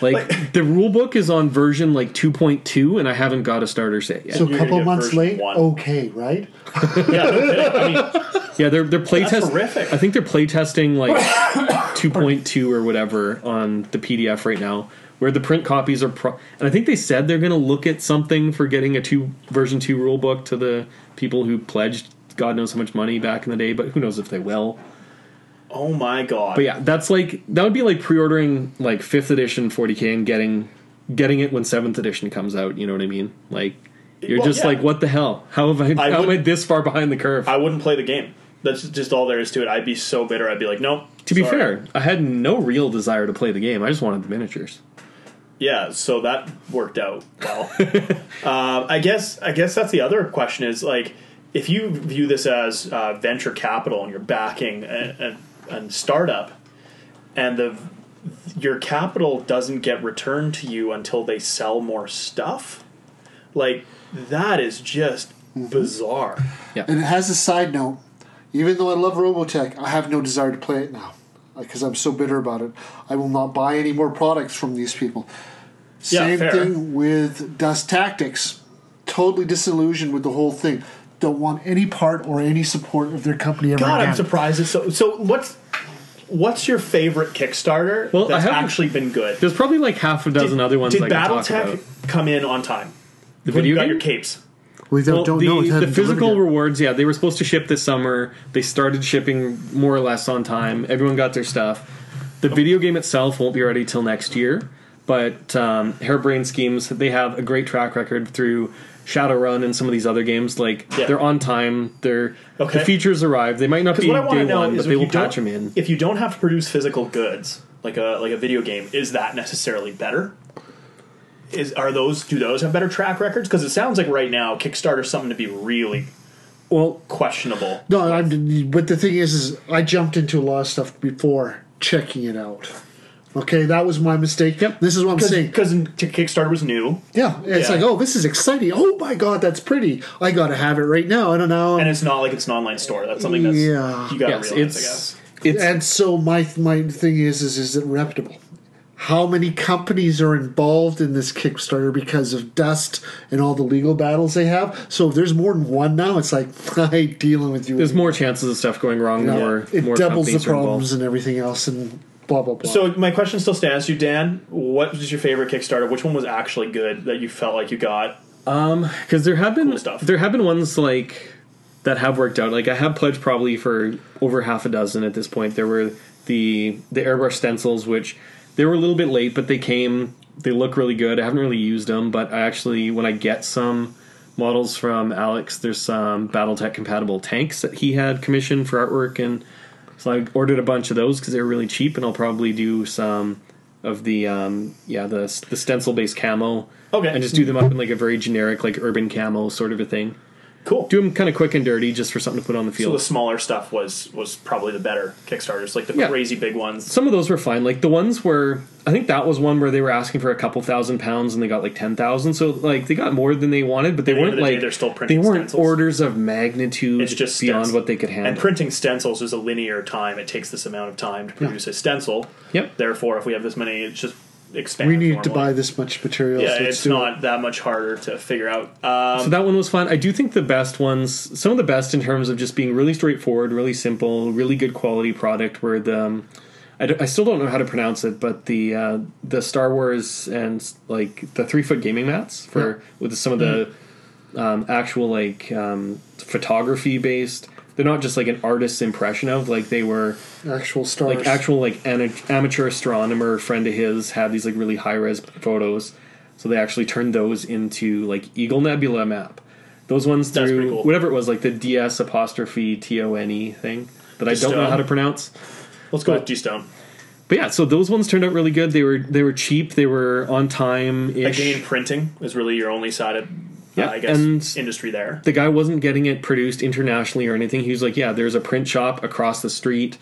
Speaker 3: Like, the rule book is on version like 2.2, and I haven't got a starter set yet.
Speaker 2: so a
Speaker 1: you're
Speaker 2: couple
Speaker 1: gonna get
Speaker 2: months
Speaker 1: version
Speaker 2: late,
Speaker 1: one.
Speaker 2: okay, right?
Speaker 1: Yeah, no kidding. I mean,
Speaker 3: yeah, they're they're playtesting.
Speaker 1: horrific.
Speaker 3: I think they're playtesting like 2.2 or whatever on the PDF right now. Where the print copies are, pro- and I think they said they're going to look at something for getting a two version two rule book to the people who pledged God knows how much money back in the day, but who knows if they will.
Speaker 1: oh my god.
Speaker 3: But yeah, that's like that would be like pre-ordering like fifth edition 40k and getting getting it when seventh edition comes out. You know what I mean? Like you're
Speaker 1: Well,
Speaker 3: just
Speaker 1: yeah.
Speaker 3: like, what the hell? How have I,
Speaker 1: I
Speaker 3: how am I
Speaker 1: wouldn't-
Speaker 3: this far behind the curve?
Speaker 1: I wouldn't play the game. That's just all there is to it. I'd be so bitter. I'd be like, no.
Speaker 3: to be
Speaker 1: sorry.
Speaker 3: fair, I had no real desire to play the game. I just wanted the miniatures.
Speaker 1: yeah. So that worked out well. uh, I guess. I guess that's the other question is like, if you view this as uh, venture capital and you're backing a, a, a startup, and the your capital doesn't get returned to you until they sell more stuff, like that is just bizarre.
Speaker 2: And it has a side note. Even though I love Robotech, I have no desire to play it now because I'm so bitter about it. I will not buy any more products from these people.
Speaker 1: Yeah,
Speaker 2: Same
Speaker 1: fair.
Speaker 2: thing with Dust Tactics. Totally disillusioned with the whole thing. Don't want any part or any support of their company ever
Speaker 1: God, I'm
Speaker 2: again.
Speaker 1: surprised. It's so so what's what's your favorite Kickstarter
Speaker 3: Well, I
Speaker 1: that's
Speaker 3: haven't-
Speaker 1: actually been good?
Speaker 3: There's probably like half a dozen other ones
Speaker 1: Did
Speaker 3: I could talk
Speaker 1: BattleTech
Speaker 3: about.
Speaker 1: come in on time?
Speaker 3: The
Speaker 1: When you
Speaker 3: video
Speaker 1: got
Speaker 3: game?
Speaker 1: your capes.
Speaker 2: we don't,
Speaker 3: Well,
Speaker 2: don't
Speaker 3: the,
Speaker 2: know. It
Speaker 3: the
Speaker 2: hasn't delivered
Speaker 3: physical
Speaker 2: yet.
Speaker 3: rewards, yeah, they were supposed to ship this summer. They started shipping more or less on time. Everyone got their stuff. The video game itself won't be ready till next year, but um, Hairbrain Schemes they have a great track record through Shadowrun and some of these other games. Like
Speaker 1: Yeah.
Speaker 3: they're on time. They're
Speaker 1: Okay.
Speaker 3: the features arrive. They might not be
Speaker 1: Because what I want
Speaker 3: day
Speaker 1: to know
Speaker 3: one,
Speaker 1: is
Speaker 3: but
Speaker 1: if
Speaker 3: they will
Speaker 1: you don't-
Speaker 3: patch them in.
Speaker 1: If you don't have to produce physical goods like a like a video game, is that necessarily better? Is are those do those have better track records? Because it sounds like right now Kickstarter's something to be really
Speaker 3: Well,
Speaker 1: questionable.
Speaker 2: No, I'm, but the thing is, is I jumped into a lot of stuff before checking it out. Okay, that was my mistake.
Speaker 3: Yep.
Speaker 2: This is what I'm saying.
Speaker 1: Because Kickstarter was new,
Speaker 2: Yeah, it's
Speaker 1: Yeah.
Speaker 2: like, oh, this is exciting. Oh my god, that's pretty. I gotta have it right now. I don't know.
Speaker 1: and
Speaker 2: And,
Speaker 1: it's not like it's an online store. That's something that's
Speaker 2: Yeah.
Speaker 1: you got to realize.
Speaker 3: yes,
Speaker 1: I guess.
Speaker 3: it's it's
Speaker 2: so my my thing is, is is it reputable? how many companies are involved in this Kickstarter because of Dust and all the legal battles they have. So if there's more than one now, it's like I ain't dealing with you.
Speaker 3: There's more chances of stuff going wrong.
Speaker 2: anymore.
Speaker 3: More,
Speaker 2: it
Speaker 3: more
Speaker 2: doubles the
Speaker 3: companies are involved.
Speaker 2: problems and everything else and blah blah blah.
Speaker 1: So my question still stands. You, Dan, what was your favorite Kickstarter? Which one was actually good that you felt like you got?
Speaker 3: because there have been
Speaker 1: Cool stuff.
Speaker 3: there have been ones like that have worked out. Like I have pledged probably for over half a dozen at this point. There were the the airbrush stencils, which they were a little bit late, but they came. They look really good. I haven't really used them, but I actually when I get some models from Alex, there's some BattleTech compatible tanks that he had commissioned for artwork, and so I ordered a bunch of those because they were really cheap, and I'll probably do some of the um yeah the the stencil based camo
Speaker 1: Okay.
Speaker 3: and just do them up in like a very generic like urban camo sort of a thing
Speaker 1: Cool.
Speaker 3: do them kind of quick and dirty just for something to put on the
Speaker 1: so the
Speaker 3: field
Speaker 1: smaller stuff was was probably the better Kickstarters, like the
Speaker 3: Yeah.
Speaker 1: crazy big ones.
Speaker 3: some of those were fine like the ones where i think that was one where they were asking for a couple thousand pounds and they got like 10,000 so like they got more than they wanted but they
Speaker 1: the end
Speaker 3: weren't
Speaker 1: of the day,
Speaker 3: like
Speaker 1: they're still
Speaker 3: they
Speaker 1: printing
Speaker 3: weren't
Speaker 1: stencils.
Speaker 3: orders of magnitude
Speaker 1: It's just
Speaker 3: beyond
Speaker 1: stencils.
Speaker 3: what they could handle
Speaker 1: And printing stencils is a linear time. It takes this amount of time to produce a stencil.
Speaker 3: Yep.
Speaker 1: Therefore, if we have this many, it just expands.
Speaker 2: we need to
Speaker 1: normally.
Speaker 2: buy this much material.
Speaker 1: Yeah,
Speaker 2: so let's
Speaker 1: it's
Speaker 2: do it.
Speaker 1: not that much harder to figure out. Um,
Speaker 3: So that one was fun. I do think the best ones, some of the best in terms of just being really straightforward, really simple, really good quality product. Were the, um, I, don't- I still don't know how to pronounce it, but the uh, the Star Wars and like the three foot gaming mats for with some of the um, actual like um, photography based. They're not just like an artist's impression of like they were
Speaker 2: actual stars.
Speaker 3: like actual like an amateur astronomer friend of his had these like really high res photos, so they actually turned those into like Eagle Nebula map. Those ones
Speaker 1: That's
Speaker 3: through
Speaker 1: pretty cool.
Speaker 3: whatever it was, like the DS apostrophe T O N E thing that I don't know
Speaker 1: Stone.
Speaker 3: how to pronounce.
Speaker 1: let's go
Speaker 3: but-
Speaker 1: with G Stone.
Speaker 3: But yeah, so those ones turned out really good. They were they were cheap. They were on time
Speaker 1: Again,
Speaker 3: ish.
Speaker 1: printing is really your only side of,
Speaker 3: Yeah,
Speaker 1: uh, I guess,
Speaker 3: and-
Speaker 1: industry there.
Speaker 3: The guy wasn't getting it produced internationally or anything. He was like, "Yeah, there's a print shop across the street.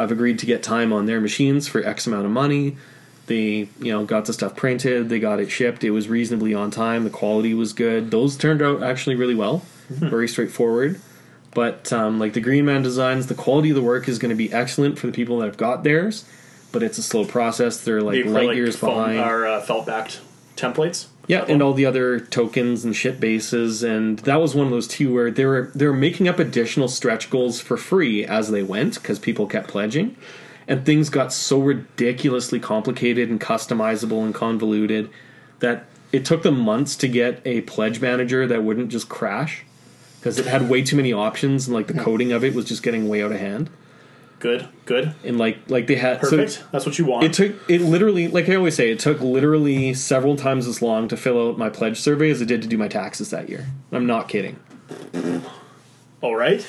Speaker 3: I've agreed to get time on their machines for X amount of money." they you know got the stuff printed they got it shipped it was reasonably on time the quality was good those turned out actually really well
Speaker 1: Hmm.
Speaker 3: very straightforward but um, like the green man designs the quality of the work is going to be excellent for the people that have got theirs but it's a slow process they're
Speaker 1: The
Speaker 3: like
Speaker 1: acrylic
Speaker 3: light years
Speaker 1: foam
Speaker 3: behind
Speaker 1: or uh, felt backed templates.
Speaker 3: yeah, and all the other tokens and ship bases, and that was one of those two where they were they were making up additional stretch goals for free as they went because people kept pledging, and things got so ridiculously complicated and customizable and convoluted that it took them months to get a pledge manager that wouldn't just crash because it had way too many options and like the coding of it was just getting way out of hand
Speaker 1: Good, good,
Speaker 3: and like like they had so-
Speaker 1: perfect. That's what you want.
Speaker 3: it took it literally, like I always say, it took literally several times as long to fill out my pledge survey as it did to do my taxes that year. I'm not kidding.
Speaker 1: all right,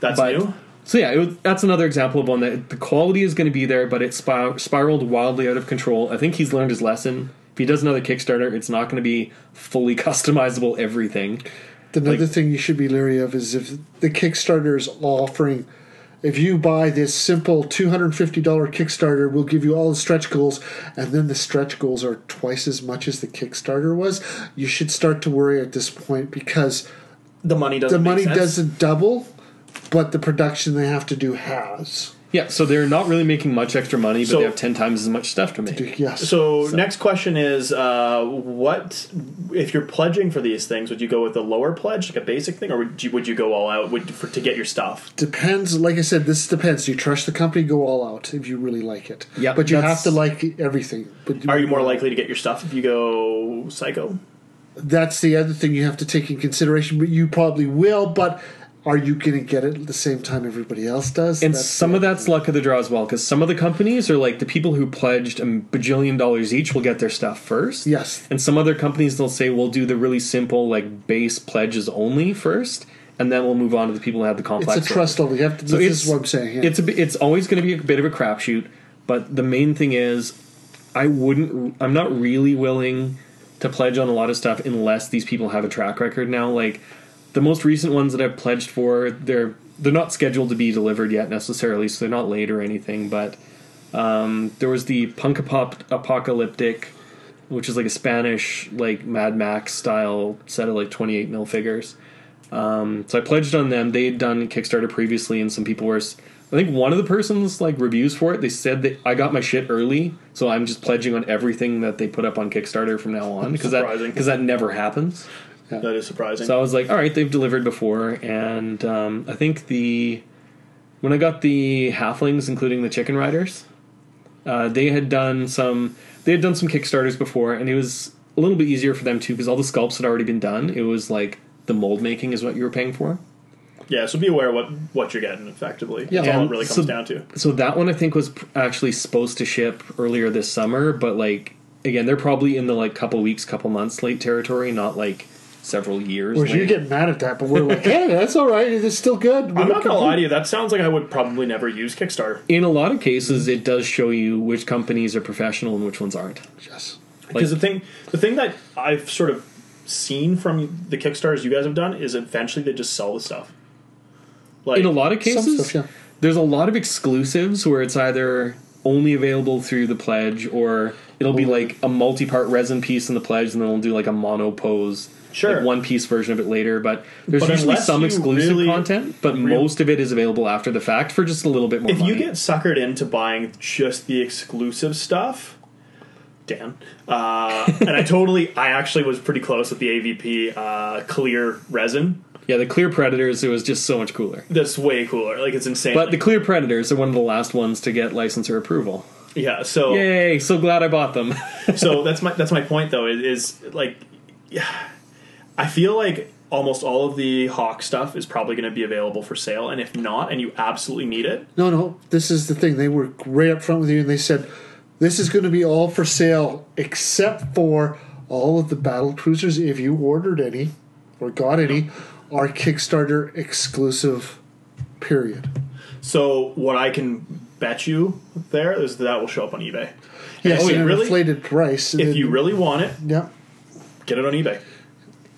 Speaker 1: that's
Speaker 3: But
Speaker 1: new.
Speaker 3: so yeah, it was, that's another example of one that the quality is going to be there, but it spir- spiraled wildly out of control. I think he's learned his lesson. If he does another Kickstarter, it's not going to be fully customizable everything.
Speaker 2: Another thing you should be leery of is if the Kickstarter is offering, if you buy this simple two hundred and fifty dollar Kickstarter, we'll give you all the stretch goals, and then the stretch goals are twice as much as the Kickstarter was. You should start to worry at this point because
Speaker 1: The money doesn't.
Speaker 2: the
Speaker 1: make
Speaker 2: money
Speaker 1: sense.
Speaker 2: doesn't double, but the production they have to do has.
Speaker 3: Yeah, so they're not really making much extra money, but
Speaker 1: So-
Speaker 3: they have ten times as much stuff to make.
Speaker 2: Yes.
Speaker 1: So, next question is: uh, What if you're pledging for these things? Would you go with a lower pledge, like a basic thing, or would you, would you go all out would, for, to get your stuff?
Speaker 2: depends like i said this depends you trust the company go all out if you really like it
Speaker 3: Yeah,
Speaker 2: but you have
Speaker 3: that's-
Speaker 2: to like everything but
Speaker 1: Are you more likely to get your stuff if you go psycho?
Speaker 2: that's the other thing you have to take in consideration but you probably will but are you going to get it at the same time everybody else does
Speaker 3: And
Speaker 2: That's-
Speaker 3: some of that's luck of the draw as well, because some of the companies are like the people who pledged a bajillion dollars each will get their stuff first.
Speaker 2: yes
Speaker 3: And some other companies they'll say we'll do the really simple like base pledges only first, and then we'll move on to the people who have the
Speaker 2: it's
Speaker 3: complex.
Speaker 2: a trust level you have to
Speaker 3: So
Speaker 2: this
Speaker 3: it's
Speaker 2: is what i'm saying yeah.
Speaker 3: It's a bi- it's always going to be a bit of a crapshoot, but the main thing is I wouldn't I'm not really willing to pledge on a lot of stuff unless these people have a track record now like the most recent ones that I've pledged for they're they're not scheduled to be delivered yet necessarily so they're not late or anything but um, there was the punk pop apocalyptic which is like a Spanish like Mad Max style set of like 28 Um, mil figures so I pledged on them. They had done Kickstarter previously, and some people were s- I think one of the person's like reviews for it, they said that I got my shit early, so I'm just pledging on everything that they put up on Kickstarter from now on because that
Speaker 1: Surprising.
Speaker 3: because that never happens.
Speaker 1: That is surprising.
Speaker 3: So I was like, all right, they've delivered before, and um, I think the when I got the halflings, including the chicken riders, uh, they had done some they had done some kickstarters before, and it was a little bit easier for them too because all the sculpts had already been done. It was like the mold making is what you were paying for.
Speaker 1: yeah, so be aware what what you're getting effectively. That's all
Speaker 3: and
Speaker 1: it really comes
Speaker 3: Um, so-
Speaker 1: down to.
Speaker 3: So that one I think was p- actually supposed to ship earlier this summer, but like again, they're probably in the like couple weeks, couple months late territory, not like several years.
Speaker 2: Whereas you
Speaker 3: late.
Speaker 2: get mad at that, but we're like, yeah, that's all right. It's still good.
Speaker 1: I'm not gonna lie to you. That sounds like I would probably never use Kickstarter.
Speaker 3: in a lot of cases, it does show you which companies are professional and which ones aren't.
Speaker 2: Yes.
Speaker 1: Because the thing, the thing that I've sort of seen from the kickstarters you guys have done is eventually they just sell the stuff. Like
Speaker 3: In a lot of cases,
Speaker 2: stuff, yeah.
Speaker 3: there's a lot of exclusives where it's either only available through the pledge or it'll be like a multi-part resin piece in the pledge, and then we'll do like a mono pose.
Speaker 1: Sure.
Speaker 3: Like one piece version of it later, but there's
Speaker 1: But
Speaker 3: usually
Speaker 1: unless
Speaker 3: some
Speaker 1: you
Speaker 3: exclusive
Speaker 1: really-
Speaker 3: content, but most of it is available after the fact for just a little bit more
Speaker 1: if
Speaker 3: money.
Speaker 1: you get suckered into buying just the exclusive stuff dan uh, and i totally i actually was pretty close with the avp uh, clear resin
Speaker 3: yeah, the Clear Predators, it was just so much cooler.
Speaker 1: that's way cooler like it's insane
Speaker 3: But the Clear Predators are one of the last ones to get licensor approval.
Speaker 1: yeah so
Speaker 3: Yay, so glad I bought them.
Speaker 1: so that's my that's my point though is, is like yeah, i feel like almost all of the hawk stuff is probably going to be available for sale and if not and you absolutely need it
Speaker 2: No, no. This is the thing. They were right up front with you, and they said, "This is going to be all for sale, except for all of the battle cruisers. If you ordered any or got any, are Kickstarter exclusive." Period.
Speaker 1: so what i can bet you there is that will show up on ebay
Speaker 2: Yes,
Speaker 1: oh,
Speaker 2: at
Speaker 1: yeah,
Speaker 2: an
Speaker 1: really?
Speaker 2: inflated price.
Speaker 1: if you really want it
Speaker 2: yeah.
Speaker 1: get it on ebay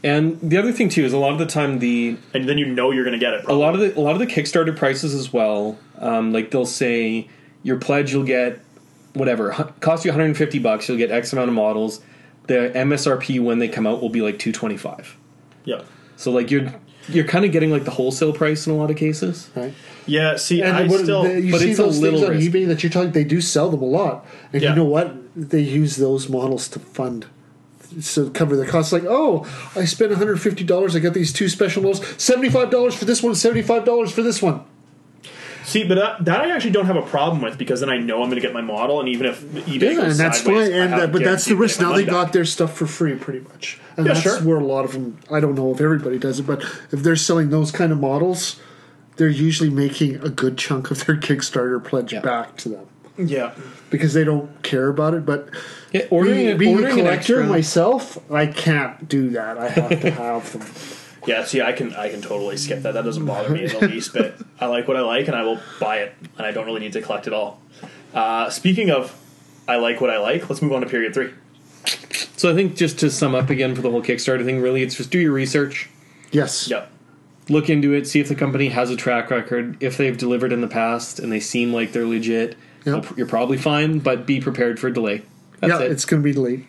Speaker 3: And the other thing too is a lot of the time the
Speaker 1: and then you know you're going to get it.
Speaker 3: a
Speaker 1: Probably.
Speaker 2: Oh.
Speaker 3: lot of the a lot of the Kickstarter prices as well. Um, like they'll say your pledge you'll get whatever hu- cost you 150 bucks you'll get X amount of models. The MSRP when they come out will be like 225.
Speaker 1: Yeah,
Speaker 3: So like you're you're kind of getting like the wholesale price in a lot of cases.
Speaker 2: Right.
Speaker 1: yeah. See,
Speaker 2: And
Speaker 1: I
Speaker 2: what,
Speaker 1: still
Speaker 2: the- you
Speaker 3: but
Speaker 2: see
Speaker 3: it's a
Speaker 2: those things
Speaker 3: little
Speaker 2: on
Speaker 3: risky.
Speaker 2: eBay that you're talking. They do sell them a lot, and
Speaker 1: Yeah.
Speaker 2: you know what? They use those models to fund. So cover their costs. Like, oh, I spent one hundred fifty dollars. I got these two special models. Seventy five dollars for this one. Seventy five dollars for this one.
Speaker 1: see, but that, that I actually don't have a problem with because then I know I'm going to get my model, and even if eBay
Speaker 2: Yeah,
Speaker 1: goes
Speaker 2: and that's
Speaker 1: sideways,
Speaker 2: fine.
Speaker 1: I
Speaker 2: And
Speaker 1: have
Speaker 2: uh, but that's the
Speaker 1: guaranteed
Speaker 2: risk.
Speaker 1: to get my
Speaker 2: Now they
Speaker 1: money
Speaker 2: got their stuff for free, pretty much. And
Speaker 1: Yeah,
Speaker 2: that's
Speaker 1: sure.
Speaker 2: where a lot of them. I don't know if everybody does it, but if they're selling those kind of models, they're usually making a good chunk of their Kickstarter pledge
Speaker 3: Yeah.
Speaker 2: back to them
Speaker 1: back. yeah.
Speaker 2: because they don't care about it. But
Speaker 3: Yeah, ordering,
Speaker 2: being,
Speaker 3: a-
Speaker 2: being a
Speaker 3: ordering an
Speaker 2: collector
Speaker 3: extra-
Speaker 2: myself, I can't do that. I have to have them.
Speaker 1: Yeah, see, I can I can totally skip that. That doesn't bother me in the least bit. I like what I like, and I will buy it, and I don't really need to collect it all. Uh, speaking of, I like what I like. Let's move on to period three.
Speaker 3: So I think just to sum up again for the whole Kickstarter thing, really, it's just do your research.
Speaker 2: Yes.
Speaker 1: Yep.
Speaker 3: look into it, see if the company has a track record, if they've delivered in the past, and they seem like they're legit.
Speaker 2: Yep.
Speaker 3: you'll- You're probably fine, but be prepared for a delay. That's
Speaker 2: yeah,
Speaker 3: it.
Speaker 2: it's going to be late.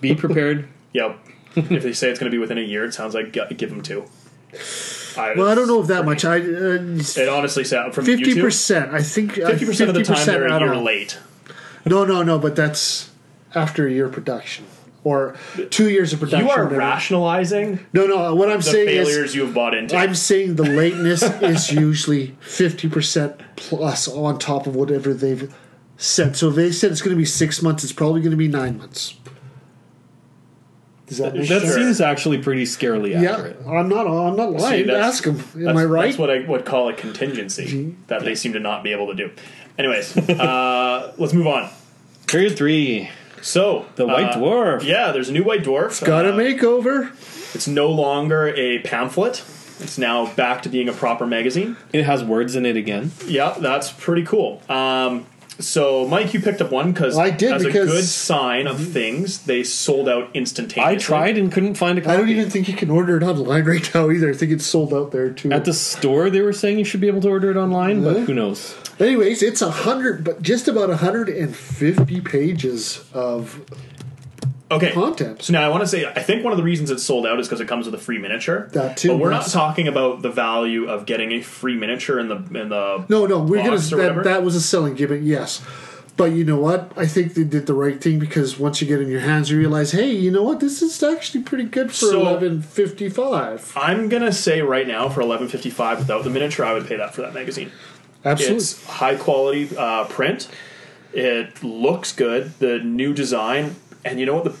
Speaker 3: be prepared.
Speaker 1: Yep. if they say it's going to be within a year, it sounds like g- give them two. I,
Speaker 2: Well, I don't know if that much. I uh,
Speaker 1: It honestly sounds from
Speaker 2: fifty
Speaker 1: YouTube.
Speaker 2: percent. I think uh,
Speaker 1: Fifty percent of the time they're a
Speaker 2: out
Speaker 1: year
Speaker 2: on-
Speaker 1: late.
Speaker 2: No, no, no. But that's after a year of production or two years of production.
Speaker 1: You are
Speaker 2: whatever.
Speaker 1: rationalizing
Speaker 2: No, no. What I'm
Speaker 1: the
Speaker 2: saying
Speaker 1: failures
Speaker 2: is,
Speaker 1: you've bought into.
Speaker 2: I'm saying the lateness is usually fifty percent plus on top of whatever they've said. So if they said it's going to be six months, it's probably going to be nine months. Does that make
Speaker 3: That
Speaker 1: Sure.
Speaker 2: sense?
Speaker 3: seems actually pretty scarily
Speaker 2: Yeah,
Speaker 3: accurate.
Speaker 2: I'm not. I'm not lying.
Speaker 1: that's-
Speaker 2: Ask them. Am
Speaker 1: that's,
Speaker 2: I right?
Speaker 1: That's what I would call a contingency that they seem to not be able to do. Anyways, uh, let's move on.
Speaker 3: Period three.
Speaker 1: So
Speaker 3: The White
Speaker 1: uh,
Speaker 3: Dwarf.
Speaker 1: yeah, there's a new white dwarf. It's
Speaker 2: Got a makeover.
Speaker 1: It's no longer a pamphlet. It's now back to being a proper magazine.
Speaker 3: It has words in it again.
Speaker 1: Yeah, that's pretty cool. Um, so, Mike, you picked up one because
Speaker 2: I did,
Speaker 1: as
Speaker 2: because- Mhm.
Speaker 1: a good sign of things, they sold out instantaneously.
Speaker 3: I tried and couldn't find a copy.
Speaker 2: I don't even think you can order it online right now either. I think it's sold out there too.
Speaker 3: At the store, they were saying you should be able to order it online, but
Speaker 2: Really?
Speaker 3: who knows?
Speaker 2: Anyways, it's a hundred, but just about a hundred and fifty pages of
Speaker 1: Okay.
Speaker 2: content.
Speaker 1: So now I want to say I think one of the reasons it's sold out is because it comes with a free miniature.
Speaker 2: That too,
Speaker 1: But we're
Speaker 2: yes.
Speaker 1: not talking about the value of getting a free miniature in the in the
Speaker 2: No, no, we're gonna
Speaker 1: box or whatever.
Speaker 2: that, that was a selling gimmick, yes. But you know what? I think they did the right thing because once you get it in your hands, you realize, hey, you know what? This is actually pretty good for
Speaker 1: So-
Speaker 2: eleven fifty five.
Speaker 1: I'm gonna say right now for 11.55 without the miniature, I would pay that for that magazine.
Speaker 2: Absolutely.
Speaker 1: It's high quality uh, print. It looks good. The new design, and you know what the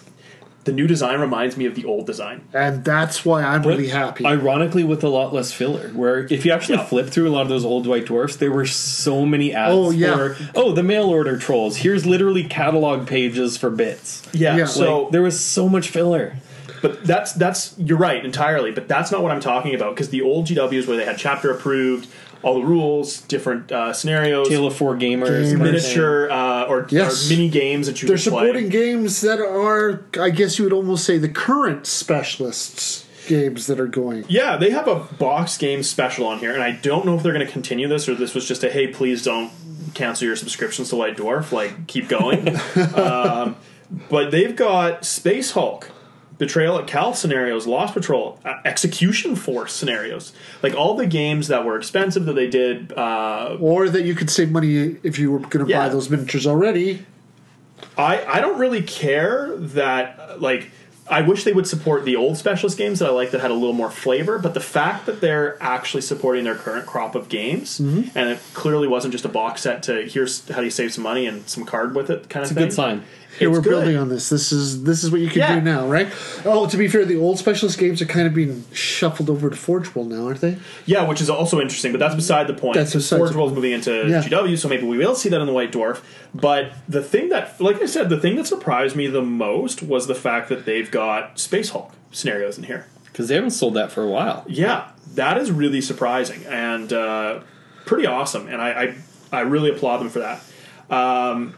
Speaker 1: the new design reminds me of the old design.
Speaker 2: And that's why I'm really happy.
Speaker 3: Ironically, with a lot less filler. Where if you actually
Speaker 1: Yeah.
Speaker 3: flip through a lot of those old white dwarfs, there were so many ads
Speaker 2: Oh, yeah.
Speaker 3: for oh the mail order trolls. Here's literally catalog pages for bits.
Speaker 1: Yeah.
Speaker 2: Yeah.
Speaker 1: so
Speaker 3: Like, there was so much filler.
Speaker 1: But that's that's you're right entirely. But that's not what I'm talking about because the old GWs where they had chapter approved, all the rules, different uh, scenarios,
Speaker 3: Tale of Four Gamers,
Speaker 2: Gamers.
Speaker 3: and everything.
Speaker 1: miniature uh, or,
Speaker 2: Yes.
Speaker 1: or mini games that you
Speaker 2: They're
Speaker 1: could play.
Speaker 2: supporting games that are, I guess you would almost say, the current specialists games that are going.
Speaker 1: Yeah, they have a box game special on here, and I don't know if they're going to continue this or this was just a hey, please don't cancel your subscriptions to White Dwarf. Like, keep going. um, but they've got Space Hulk, Betrayal at Cal scenarios, Lost Patrol, uh, Execution Force scenarios. Like, all the games that were expensive that they did. Uh,
Speaker 2: Or that you could save money if you were going to buy
Speaker 1: Yeah.
Speaker 2: those miniatures already.
Speaker 1: I, I don't really care that, uh, like, I wish they would support the old specialist games that I like that had a little more flavor, but the fact that they're actually supporting their current crop of games, and it clearly wasn't just a box set to here's how do you save some money and some card with it kind
Speaker 3: It's
Speaker 1: of
Speaker 3: a
Speaker 1: thing.
Speaker 3: good sign.
Speaker 2: Here
Speaker 1: It's
Speaker 2: we're
Speaker 1: good.
Speaker 2: building on this. This is this is what you can
Speaker 1: Yeah.
Speaker 2: do now, right? Oh, to be fair, the old specialist games are kind of being shuffled over to Forge World now, aren't they?
Speaker 1: Yeah, which is also interesting, but that's beside the point.
Speaker 2: That's
Speaker 1: That's
Speaker 2: beside
Speaker 1: Forge
Speaker 2: the
Speaker 1: World's moving into
Speaker 2: Yeah.
Speaker 1: GW, so maybe we will see that in the White Dwarf. But the thing that, like I said, the thing that surprised me the most was the fact that they've got Space Hulk scenarios in here.
Speaker 3: Because they haven't sold that for a while.
Speaker 1: yeah, that is really surprising and uh, pretty awesome, and I, I I really applaud them for that. Um,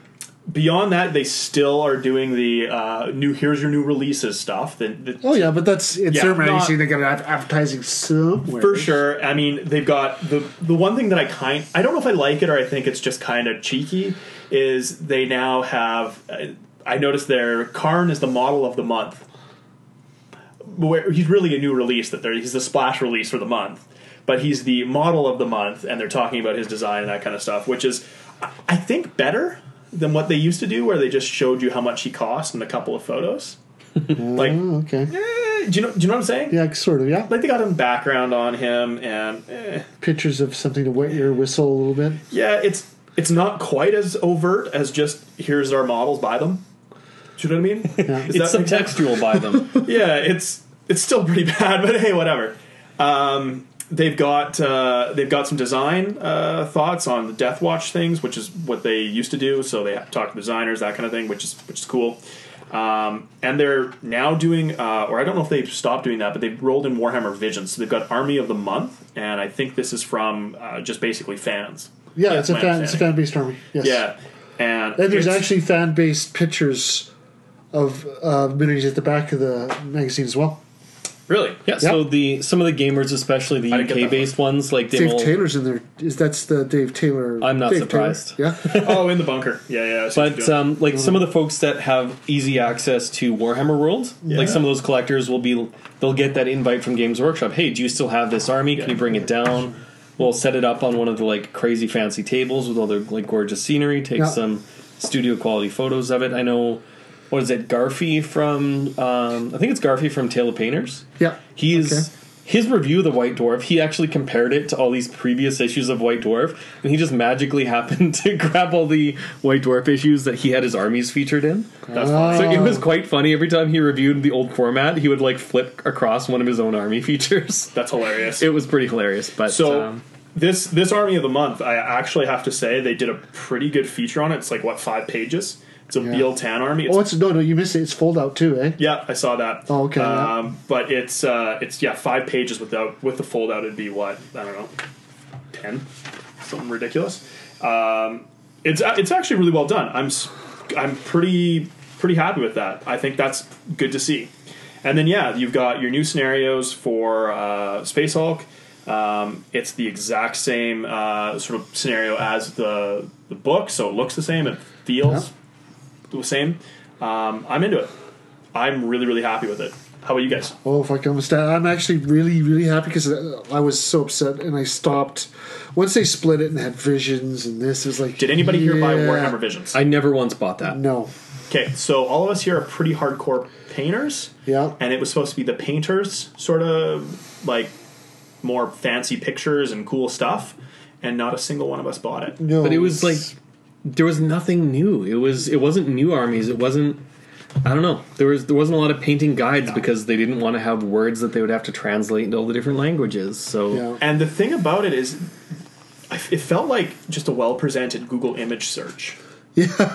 Speaker 1: beyond that, they still are doing the uh, new here's your new releases stuff. The, the,
Speaker 2: Oh yeah, but that's it's
Speaker 1: Yeah,
Speaker 2: their
Speaker 1: not-
Speaker 2: magazine. They got ad- advertising somewhere
Speaker 1: For sure. I mean, they've got the the one thing that I kind I don't know if I like it or I think it's just kind of cheeky is they now have uh, I noticed their Karn is the model of the month. Where he's really a new release that they're he's the splash release for the month, but he's the model of the month and they're talking about his design and that kind of stuff, which is I- I think better than what they used to do where they just showed you how much he cost in a couple of photos. like
Speaker 2: Oh, okay. Yeah.
Speaker 1: eh, do you know do you know what I'm saying?
Speaker 2: sort of. Yeah,
Speaker 1: like they got him background on him and eh.
Speaker 2: pictures of something to wet your whistle a little bit.
Speaker 1: yeah it's it's not quite as overt as just here's our models buy them do you know what i mean Is
Speaker 3: It's
Speaker 1: that-
Speaker 3: subtextual by them.
Speaker 1: yeah it's it's still pretty bad but hey whatever um They've got uh, they've got some design uh, thoughts on the Death Watch things, which is what they used to do. So they talk to designers, that kind of thing, which is which is cool. Um, and they're now doing, uh, or I don't know if they've stopped doing that, but they've rolled in Warhammer Visions. So they've got Army of the Month, and I think this is from uh, just basically fans.
Speaker 2: Yeah,
Speaker 1: That's
Speaker 2: it's a
Speaker 1: my
Speaker 2: fan. It's a
Speaker 1: understanding.
Speaker 2: fan based army. Yes.
Speaker 1: Yeah, and
Speaker 2: And there's
Speaker 1: it's-
Speaker 2: actually fan based pictures of uh, minis at the back of the magazine as well.
Speaker 1: really
Speaker 3: Yeah, so the some of the gamers, especially the
Speaker 1: didn't get that
Speaker 3: UK based ones, like they
Speaker 2: Dave
Speaker 3: will-
Speaker 2: Taylor's in there. Is that's the Dave Taylor?
Speaker 3: I'm not
Speaker 2: Dave
Speaker 3: surprised.
Speaker 2: Taylor, Yeah.
Speaker 1: oh in the bunker. Yeah, yeah. I see what you're
Speaker 3: But
Speaker 1: doing.
Speaker 3: um, like some of the folks that have easy access to Warhammer World, like some of those collectors will be, they'll get that invite from Games Workshop. Hey, do you still have this army? Can you bring it down? We'll set it up on one of the like crazy fancy tables with all the like gorgeous scenery. Take
Speaker 2: Yeah.
Speaker 3: some studio quality photos of it. I know. What is it? Garfi from um, I think it's Garfi from Tale of Painters.
Speaker 2: Yeah.
Speaker 3: He's
Speaker 2: Okay.
Speaker 3: his review of the White Dwarf. He actually compared it to all these previous issues of White Dwarf, and he just magically happened to grab all the White Dwarf issues that he had his armies featured in.
Speaker 1: That's funny.
Speaker 3: So it was quite funny. Every time he reviewed the old format, he would like flip across one of his own army features.
Speaker 1: That's hilarious.
Speaker 3: It was pretty hilarious. But
Speaker 1: so
Speaker 3: um,
Speaker 1: this this army of the month, I actually have to say they did a pretty good feature on it. It's like what five pages. It's a
Speaker 2: Yeah.
Speaker 1: Beal Tan army. It's,
Speaker 2: Oh, it's no, no. You missed it. It's fold out too, eh?
Speaker 1: yeah, I saw that.
Speaker 2: Oh, okay, yeah.
Speaker 1: Um, But it's uh, it's yeah five pages without with the fold out. It'd be what I don't know, ten, something ridiculous. Um, it's a- it's actually really well done. I'm s- I'm pretty pretty happy with that. I think that's good to see. And then yeah, you've got your new scenarios for uh, Space Hulk. Um, it's the exact same uh, sort of scenario as the the book, so it looks the same. It feels the same. Um, I'm into it. I'm really really happy with it. How about you guys?
Speaker 2: Oh, fuck, I'm sta- I'm actually really, really happy because I was so upset and I stopped. Once they split it and had visions and this, it was like.
Speaker 1: Did anybody here buy
Speaker 2: yeah.
Speaker 1: Warhammer Visions?
Speaker 3: I never once bought that.
Speaker 2: No.
Speaker 1: Okay, so all of us here are pretty hardcore painters.
Speaker 2: Yeah.
Speaker 1: and it was supposed to be the painters sort of like more fancy pictures and cool stuff and not a single one of us bought it
Speaker 2: No.
Speaker 3: But it was like there was nothing new. It was it wasn't new armies. It wasn't I don't know. There was there wasn't a lot of painting guides because they didn't want to have words that they would have to translate into all the different languages. So
Speaker 2: Yeah.
Speaker 1: and the thing about it is I f- it felt like just a well presented google image search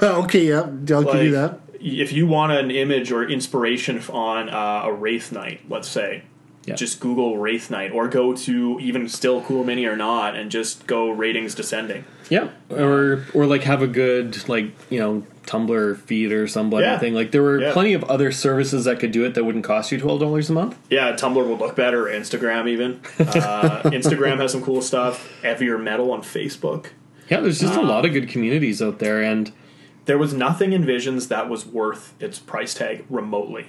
Speaker 2: okay, yeah, I'll give you
Speaker 1: Like,
Speaker 2: that.
Speaker 1: if you want an image or inspiration on uh, a wraith knight let's say
Speaker 3: Yeah.
Speaker 1: just google wraith knight or go to even still cool mini or not and just go ratings descending
Speaker 3: Yeah, or or like have a good like you know Tumblr feed or some bloody
Speaker 1: Yeah.
Speaker 3: thing. Like there were
Speaker 1: Yeah.
Speaker 3: plenty of other services that could do it that wouldn't cost you twelve dollars a month.
Speaker 1: Yeah, Tumblr would look better. Instagram even. Uh, Instagram has some cool stuff. Heavier metal on Facebook.
Speaker 3: Yeah, there's
Speaker 1: Ah.
Speaker 3: just a lot of good communities out there, and
Speaker 1: There was nothing in Visions that was worth its price tag remotely.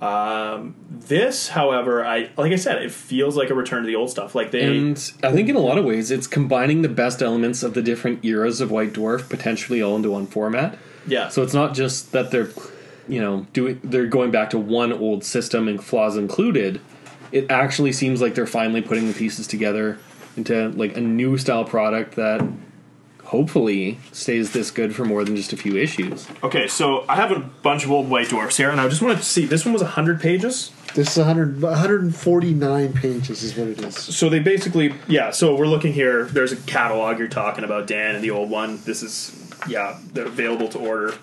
Speaker 1: Um, this, however, I like I said, it feels like a return to the old stuff. Like they,
Speaker 3: and I think in a lot of ways it's combining the best elements of the different eras of White Dwarf potentially all into one format.
Speaker 1: yeah.
Speaker 3: So it's not just that they're you know doing they're going back to one old system and flaws included. It actually seems like they're finally putting the pieces together into like a new style product that hopefully stays this good for more than just a few issues.
Speaker 1: okay, so I have a bunch of old white dwarfs here, and I just wanted to see. This one was hundred pages.
Speaker 2: This is 100, 149 pages, is what it is.
Speaker 1: So they basically, yeah. So we're looking here. There's a catalog you're talking about, Dan, and the old one. This is, yeah, they're available to order.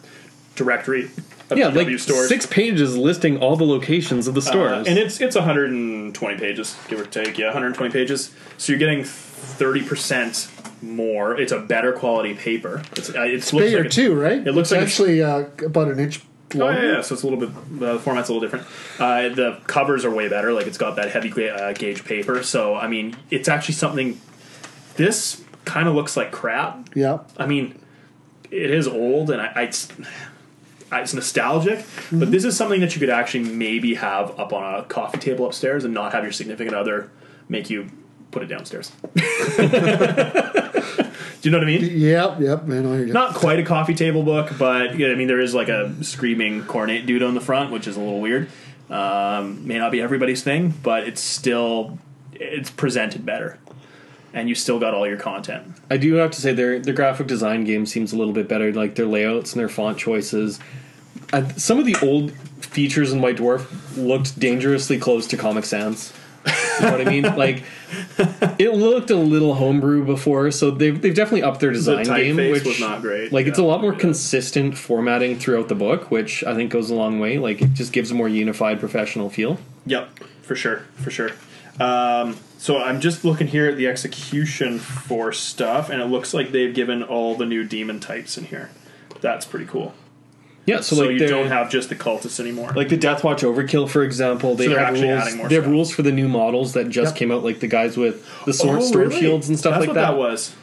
Speaker 1: Directory. Of
Speaker 3: Yeah,
Speaker 1: DW
Speaker 3: like
Speaker 1: stores.
Speaker 3: six pages listing all the locations of the
Speaker 1: Uh,
Speaker 3: stores.
Speaker 1: and it's it's 120 pages, give or take. Yeah, 120 pages. So you're getting 30 percent more. It's a better quality paper. It's, uh, it's looks
Speaker 2: Bigger,
Speaker 1: like
Speaker 2: too, right?
Speaker 1: it looks
Speaker 2: It's
Speaker 1: like it's-
Speaker 2: actually uh, about an inch
Speaker 1: Oh
Speaker 2: long.
Speaker 1: yeah, yeah, so it's a little bit. The format's a little different. Uh, the covers are way better. Like it's got that heavy ga- uh, gauge paper. So I mean, it's actually something. This kind of looks like crap.
Speaker 2: Yeah.
Speaker 1: I mean, it is old, and I, I it's, I- it's nostalgic. But this is something that you could actually maybe have up on a coffee table upstairs, and not have your significant other make you put it downstairs. Do you know what I mean?
Speaker 2: Yep, yep, man. I hear you.
Speaker 1: Not quite a coffee table book, but yeah, I mean there is like a screaming cornet dude on the front, which is a little weird. Um, may not be everybody's thing, but it's still it's presented better, and you still got all your content.
Speaker 3: I do have to say their their graphic design game seems a little bit better, like their layouts and their font choices. Uh, some of the old features in White Dwarf looked dangerously close to Comic Sans. You know what I mean? Like it looked a little homebrew before, so they've they've definitely upped their design game,
Speaker 1: typeface
Speaker 3: which
Speaker 1: was not great,
Speaker 3: Like it's a
Speaker 1: yeah.
Speaker 3: lot more consistent formatting throughout the book, which I think goes a long way. Like it just gives a more unified, professional feel.
Speaker 1: Yep, for sure, for sure. Um, so I'm just looking here at the execution for stuff, and it looks like they've given all the new demon types in here. That's pretty cool.
Speaker 3: Yeah, so,
Speaker 1: So
Speaker 3: like
Speaker 1: you
Speaker 3: they're-
Speaker 1: don't have just the cultists anymore.
Speaker 3: like the Death Watch Overkill, for example, they
Speaker 1: So they're
Speaker 3: have
Speaker 1: actually
Speaker 3: rules.
Speaker 1: adding more
Speaker 3: they have
Speaker 1: stuff. Oh,
Speaker 3: rules for the new models that just
Speaker 2: Yep.
Speaker 3: came out, like the guys with the sword, storm
Speaker 1: really?
Speaker 3: shields and stuff
Speaker 1: That's what
Speaker 3: like that.
Speaker 1: that. was.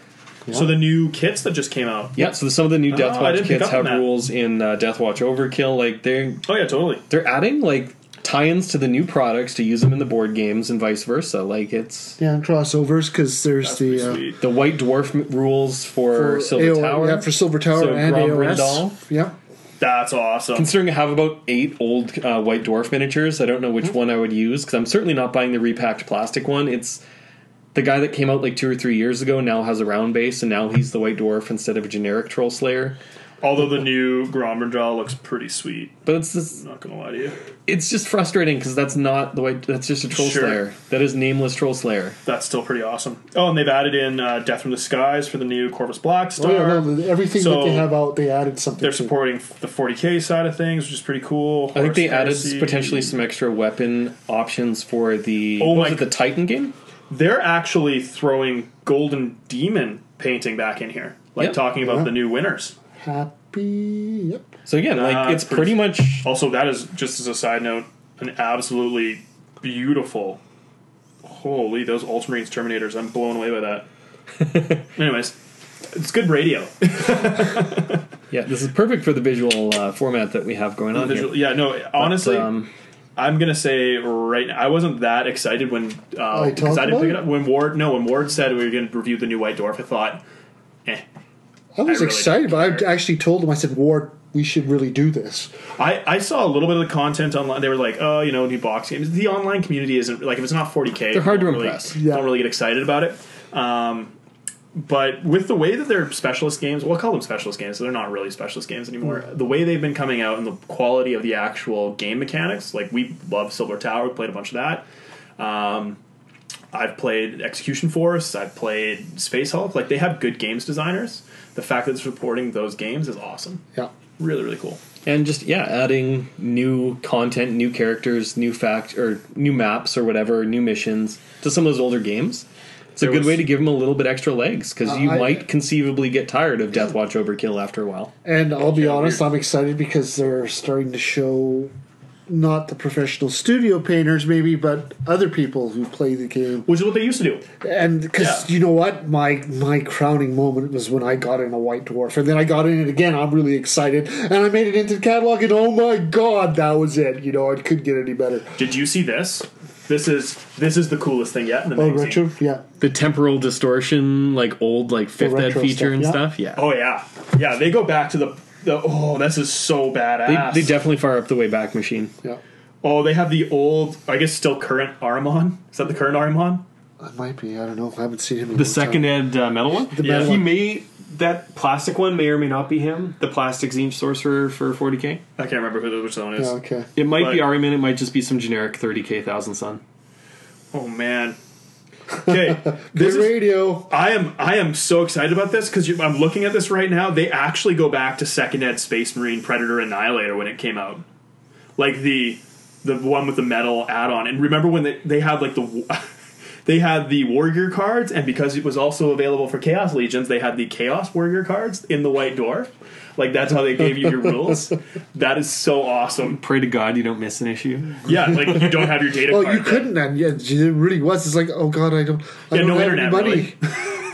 Speaker 1: So the new kits that just came out.
Speaker 3: Yeah, so some of the new Death
Speaker 1: Oh, I
Speaker 3: Watch
Speaker 1: didn't pick
Speaker 3: kits
Speaker 1: up on
Speaker 3: have
Speaker 1: that.
Speaker 3: rules in uh, Death Watch Overkill. Like they're
Speaker 1: Oh yeah, totally.
Speaker 3: they're adding like tie-ins to the new products to use them in the board games and vice versa. Like it's
Speaker 2: Yeah, and crossovers because there's
Speaker 1: That's pretty
Speaker 2: the. Uh,
Speaker 1: sweet.
Speaker 3: the White Dwarf m- rules for,
Speaker 2: for
Speaker 3: Silver
Speaker 2: AO
Speaker 3: Tower.
Speaker 2: Yeah, for Silver Tower
Speaker 3: So
Speaker 2: and
Speaker 3: Grom
Speaker 2: AOS.
Speaker 3: Brindle.
Speaker 2: Yep.
Speaker 1: That's awesome.
Speaker 3: Considering I have about eight old uh, White Dwarf miniatures, I don't know
Speaker 1: Hmm.
Speaker 3: which one I would use because I'm certainly not buying the repacked plastic one. It's the guy that came out like two or three years ago now has a round base, and now he's the White Dwarf instead of a generic Troll Slayer.
Speaker 1: Although the new Gromberjaw looks pretty sweet.
Speaker 3: But it's just,
Speaker 1: I'm not gonna lie to you.
Speaker 3: it's just frustrating because that's not the White. That's just a Troll
Speaker 1: Sure.
Speaker 3: Slayer. That is nameless Troll Slayer.
Speaker 1: That's still pretty awesome. Oh, and they've added in uh, Death from the Skies for the new Corvus Black Star.
Speaker 2: Oh, yeah, no, the- everything that
Speaker 1: So-
Speaker 2: they have out, they added something.
Speaker 1: They're
Speaker 2: to.
Speaker 1: supporting the 40k side of things, which is pretty cool.
Speaker 3: I think they
Speaker 1: Horus
Speaker 3: added
Speaker 1: Heresy.
Speaker 3: potentially some extra weapon options for the
Speaker 1: Oh
Speaker 3: what
Speaker 1: my
Speaker 3: was it the Titan game?
Speaker 1: They're actually throwing Golden Demon painting back in here, like
Speaker 3: Yeah.
Speaker 1: talking about
Speaker 2: Yeah.
Speaker 1: the new winners.
Speaker 2: Happy. Yep.
Speaker 3: So again, like
Speaker 1: Uh,
Speaker 3: it's
Speaker 1: pretty-
Speaker 3: pretty much
Speaker 1: Also, that is just as a side note, an absolutely beautiful. Holy, those Ultramarines Terminators! I'm blown away by that. Anyways, it's good radio.
Speaker 3: Yeah, this is perfect for the visual uh, format that we have going on
Speaker 1: Visual,
Speaker 3: here.
Speaker 1: yeah, no, honestly,
Speaker 3: um,
Speaker 1: I'm gonna say right now, I wasn't that excited when uh,
Speaker 2: I talked
Speaker 1: because I didn't
Speaker 2: about
Speaker 1: pick it
Speaker 2: it?
Speaker 1: up when Ward. No, when Ward said we were gonna review the new White Dwarf, I thought, eh.
Speaker 2: I was
Speaker 1: really
Speaker 2: excited,
Speaker 1: don't
Speaker 2: but
Speaker 1: care.
Speaker 2: I actually told him, I said, Ward, we should really do this.
Speaker 1: I, I saw a little bit of the content online. They were like, oh, you know, new box games. The online community isn't like if it's not 40k,
Speaker 3: They're hard
Speaker 1: people
Speaker 3: to
Speaker 1: really-
Speaker 3: impress.
Speaker 2: Yeah.
Speaker 1: Don't really get excited about it. Um, but with the way that they're specialist games, we'll call them specialist games. So they're not really specialist games anymore. The way they've been coming out and the quality of the actual game mechanics, like we love Silver Tower, we played a bunch of that. Um, I've played Execution Force. I've played Space Hulk. Like they have good games designers. The fact that it's supporting those games is awesome.
Speaker 2: Yeah.
Speaker 1: Really, really cool.
Speaker 3: and just yeah, adding new content, new characters, new fact or new maps or whatever, new missions to some of those older games. It's a
Speaker 1: There
Speaker 3: good
Speaker 1: was-
Speaker 3: way to give them a little bit extra legs because you
Speaker 2: Uh, I-
Speaker 3: might conceivably get tired of Death Watch Overkill after a while.
Speaker 2: And I'll be
Speaker 1: Yeah,
Speaker 2: honest,
Speaker 1: weird.
Speaker 2: I'm excited because they're starting to show not the professional studio painters, maybe, but other people who play the game.
Speaker 1: Which is what they used to do.
Speaker 2: And because
Speaker 1: Yeah.
Speaker 2: you know what, my my crowning moment was when I got in a White Dwarf, and then I got in it again. I'm really excited, and I made it into the catalog, and oh my god, that was it. You know, it couldn't get any better.
Speaker 1: Did you see this? This is this is the coolest thing yet in the
Speaker 2: Oh,
Speaker 1: magazine.
Speaker 2: retro, yeah.
Speaker 3: The temporal distortion, like old like fifth ed
Speaker 2: retro
Speaker 3: feature
Speaker 2: stuff,
Speaker 3: and
Speaker 2: yeah.
Speaker 3: stuff. Yeah,
Speaker 1: Oh yeah, yeah. They go back to the the. Oh, this is so badass.
Speaker 3: they, they definitely fire up the way back machine.
Speaker 2: Yeah,
Speaker 1: oh, they have the old. I guess still current Armon. Is that the current Armon?
Speaker 2: it might be. I don't know. I haven't seen him. In
Speaker 4: The second ed uh, metal one.
Speaker 2: The metal
Speaker 4: he
Speaker 2: one.
Speaker 4: may that plastic one may or may not be him. The plastic zine sorcerer for 40k.
Speaker 1: I can't remember who the which one is.
Speaker 2: Yeah, okay.
Speaker 4: It might be
Speaker 1: Right.
Speaker 4: Ariman. It might just be some generic 30k Thousand Sun.
Speaker 1: Oh man. Okay,
Speaker 2: Good
Speaker 1: this is.
Speaker 2: radio.
Speaker 1: I am I am so excited about this because I'm looking at this right now. They actually go back to Second Ed Space Marine Predator Annihilator when it came out, like the the one with the metal add on. And remember when they, they had like the wa- they had the warrior cards, and because it was also available for Chaos Legions, they had the Chaos Warrior cards in the White Dwarf. Like that's how they gave you your rules. That is so awesome.
Speaker 4: Pray to God you don't miss an issue.
Speaker 1: Yeah, like you don't have your data.
Speaker 2: Well,
Speaker 1: card
Speaker 2: Oh, you couldn't then. Yeah, it really was. It's like, oh god, I don't. I
Speaker 1: Yeah,
Speaker 2: don't
Speaker 1: no
Speaker 2: have
Speaker 1: internet,
Speaker 2: money.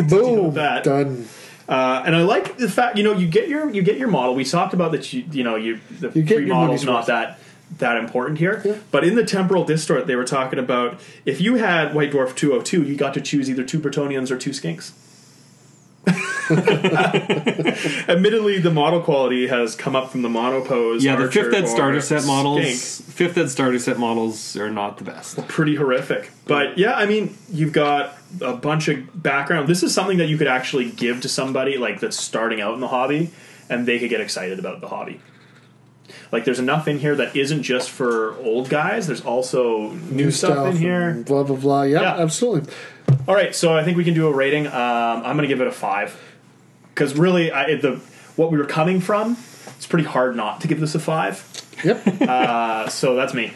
Speaker 2: Boom.
Speaker 1: that.
Speaker 2: Done.
Speaker 1: Uh, and I like the fact you know you get your you get your model. We talked about that you you know you the
Speaker 2: You get
Speaker 1: free
Speaker 2: your
Speaker 1: model's not
Speaker 2: money's worth.
Speaker 1: that that important here. But in the temporal distort, they were talking about if you had White Dwarf two hundred two, you got to choose either two Bretonians or two Skinks. Admittedly, the model quality has come up from the monopose.
Speaker 4: Yeah, the
Speaker 1: Archer,
Speaker 4: fifth ed
Speaker 1: or
Speaker 4: starter set models.
Speaker 1: Skink
Speaker 4: Fifth ed starter set models are not the best.
Speaker 1: pretty horrific. But yeah, I mean, you've got a bunch of background. This is something that you could actually give to somebody like that's starting out in the hobby, and they could get excited about the hobby. Like, there's enough in here that isn't just for old guys. There's also new, stuff, in
Speaker 2: and
Speaker 1: here.
Speaker 2: Blah blah blah. Yeah,
Speaker 1: Yeah.
Speaker 2: absolutely.
Speaker 1: All right, so I think we can do a rating. Um, I'm going to give it a five because really, I, the what we were coming from, it's pretty hard not to give this a five.
Speaker 2: Yep.
Speaker 1: Uh, so that's me.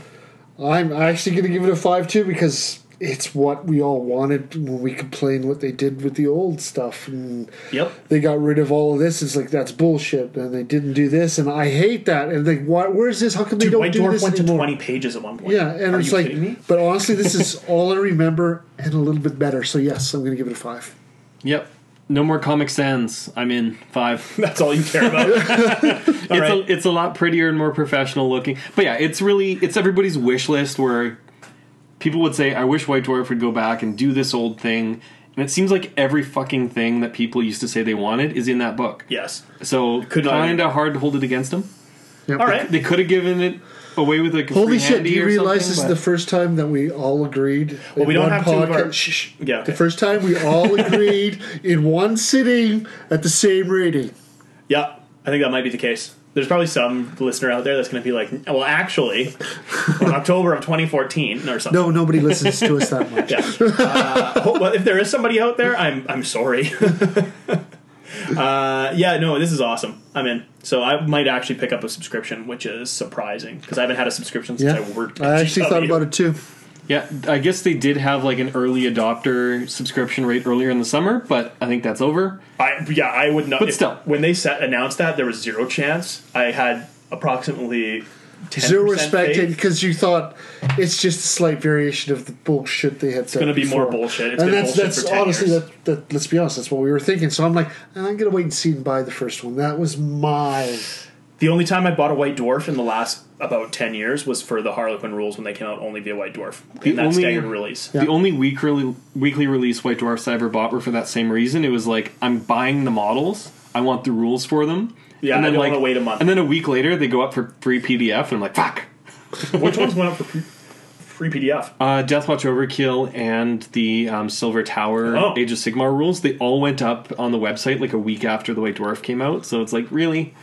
Speaker 2: I'm actually going to give it a five too because it's what we all wanted when we complained what they did with the old stuff and
Speaker 1: Yep.
Speaker 2: they got rid of all of this. It's like that's bullshit, and they didn't do this, and I hate that. And like, why, where's this? How come they
Speaker 1: Dude,
Speaker 2: don't
Speaker 1: White
Speaker 2: do
Speaker 1: Dwarf
Speaker 2: this
Speaker 1: went to
Speaker 2: anymore?
Speaker 1: 20 pages at one point.
Speaker 2: Yeah, and
Speaker 1: Are
Speaker 2: it's
Speaker 1: you
Speaker 2: like,
Speaker 1: kidding me?
Speaker 2: but honestly, this is all I remember and a little bit better. So yes, I'm going to give it a five.
Speaker 4: Yep. No more Comic Sans. I'm in five.
Speaker 1: That's all you care about.
Speaker 4: it's
Speaker 1: right.
Speaker 4: a it's a lot prettier and more professional looking. But yeah, it's really it's everybody's wish list where people would say, "I wish White Dwarf would go back and do this old thing." And it seems like every fucking thing that people used to say they wanted is in that book.
Speaker 1: yes.
Speaker 4: So
Speaker 1: Could not-
Speaker 4: kind of hard to hold it against them.
Speaker 2: Yep.
Speaker 1: All right.
Speaker 4: They could have given it away with like a
Speaker 2: Holy
Speaker 4: free
Speaker 2: shit! Do
Speaker 4: handy
Speaker 2: you
Speaker 4: or
Speaker 2: realize this is
Speaker 4: something,
Speaker 2: the first time that we all agreed? Well,
Speaker 1: we don't have two of our-
Speaker 2: Shh, shh.
Speaker 1: Yeah, okay.
Speaker 2: The first time we all agreed in one sitting at the same rating.
Speaker 1: Yeah, I think that might be the case. There's probably some listener out there that's going to be like, well, actually, in October of 2014 or something.
Speaker 2: No, nobody listens to us that much.
Speaker 1: Yeah. Uh, ho- well, if there is somebody out there, I'm I'm sorry. uh, yeah, no, this is awesome. I'm in. So I might actually pick up a subscription, which is surprising because I haven't had a subscription since
Speaker 2: Yeah,
Speaker 1: I worked.
Speaker 2: I actually thought about it too.
Speaker 4: Yeah, I guess they did have like an early adopter subscription rate earlier in the summer, but I think that's over.
Speaker 1: I yeah, I would not.
Speaker 4: But
Speaker 1: if-
Speaker 4: still.
Speaker 1: when they set, announced that, there was zero chance. I had approximately
Speaker 2: zero
Speaker 1: 10%
Speaker 2: respect
Speaker 1: faith.
Speaker 2: because you thought it's just a slight variation of the bullshit they had. It's
Speaker 1: gonna be more bullshit. It's
Speaker 2: and
Speaker 1: been
Speaker 2: that's
Speaker 1: bullshit
Speaker 2: that's
Speaker 1: for 10
Speaker 2: honestly
Speaker 1: years.
Speaker 2: that, that. Let's be honest, that's what we were thinking. So I'm like, I'm gonna wait and see and buy the first one. That was my
Speaker 1: The only time I bought a White Dwarf in the last about ten years was for the Harlequin rules when they came out only via White Dwarf.
Speaker 4: The
Speaker 1: and that's
Speaker 4: only-
Speaker 1: staggered release.
Speaker 2: Yeah.
Speaker 4: The only weekly weekly release White Dwarfs I ever bought were for that same reason. It was like I'm buying the models. I want the rules for them.
Speaker 1: Yeah, I don't wanna wait a month.
Speaker 4: And then a week later, they go up for free PDF, and I'm like, fuck.
Speaker 1: Which ones went up for pre- free PDF?
Speaker 4: Uh, Deathwatch Overkill and the um, Silver Tower
Speaker 1: Oh.
Speaker 4: Age of Sigmar rules, they all went up on the website like a week after the White Dwarf came out. So it's like, really?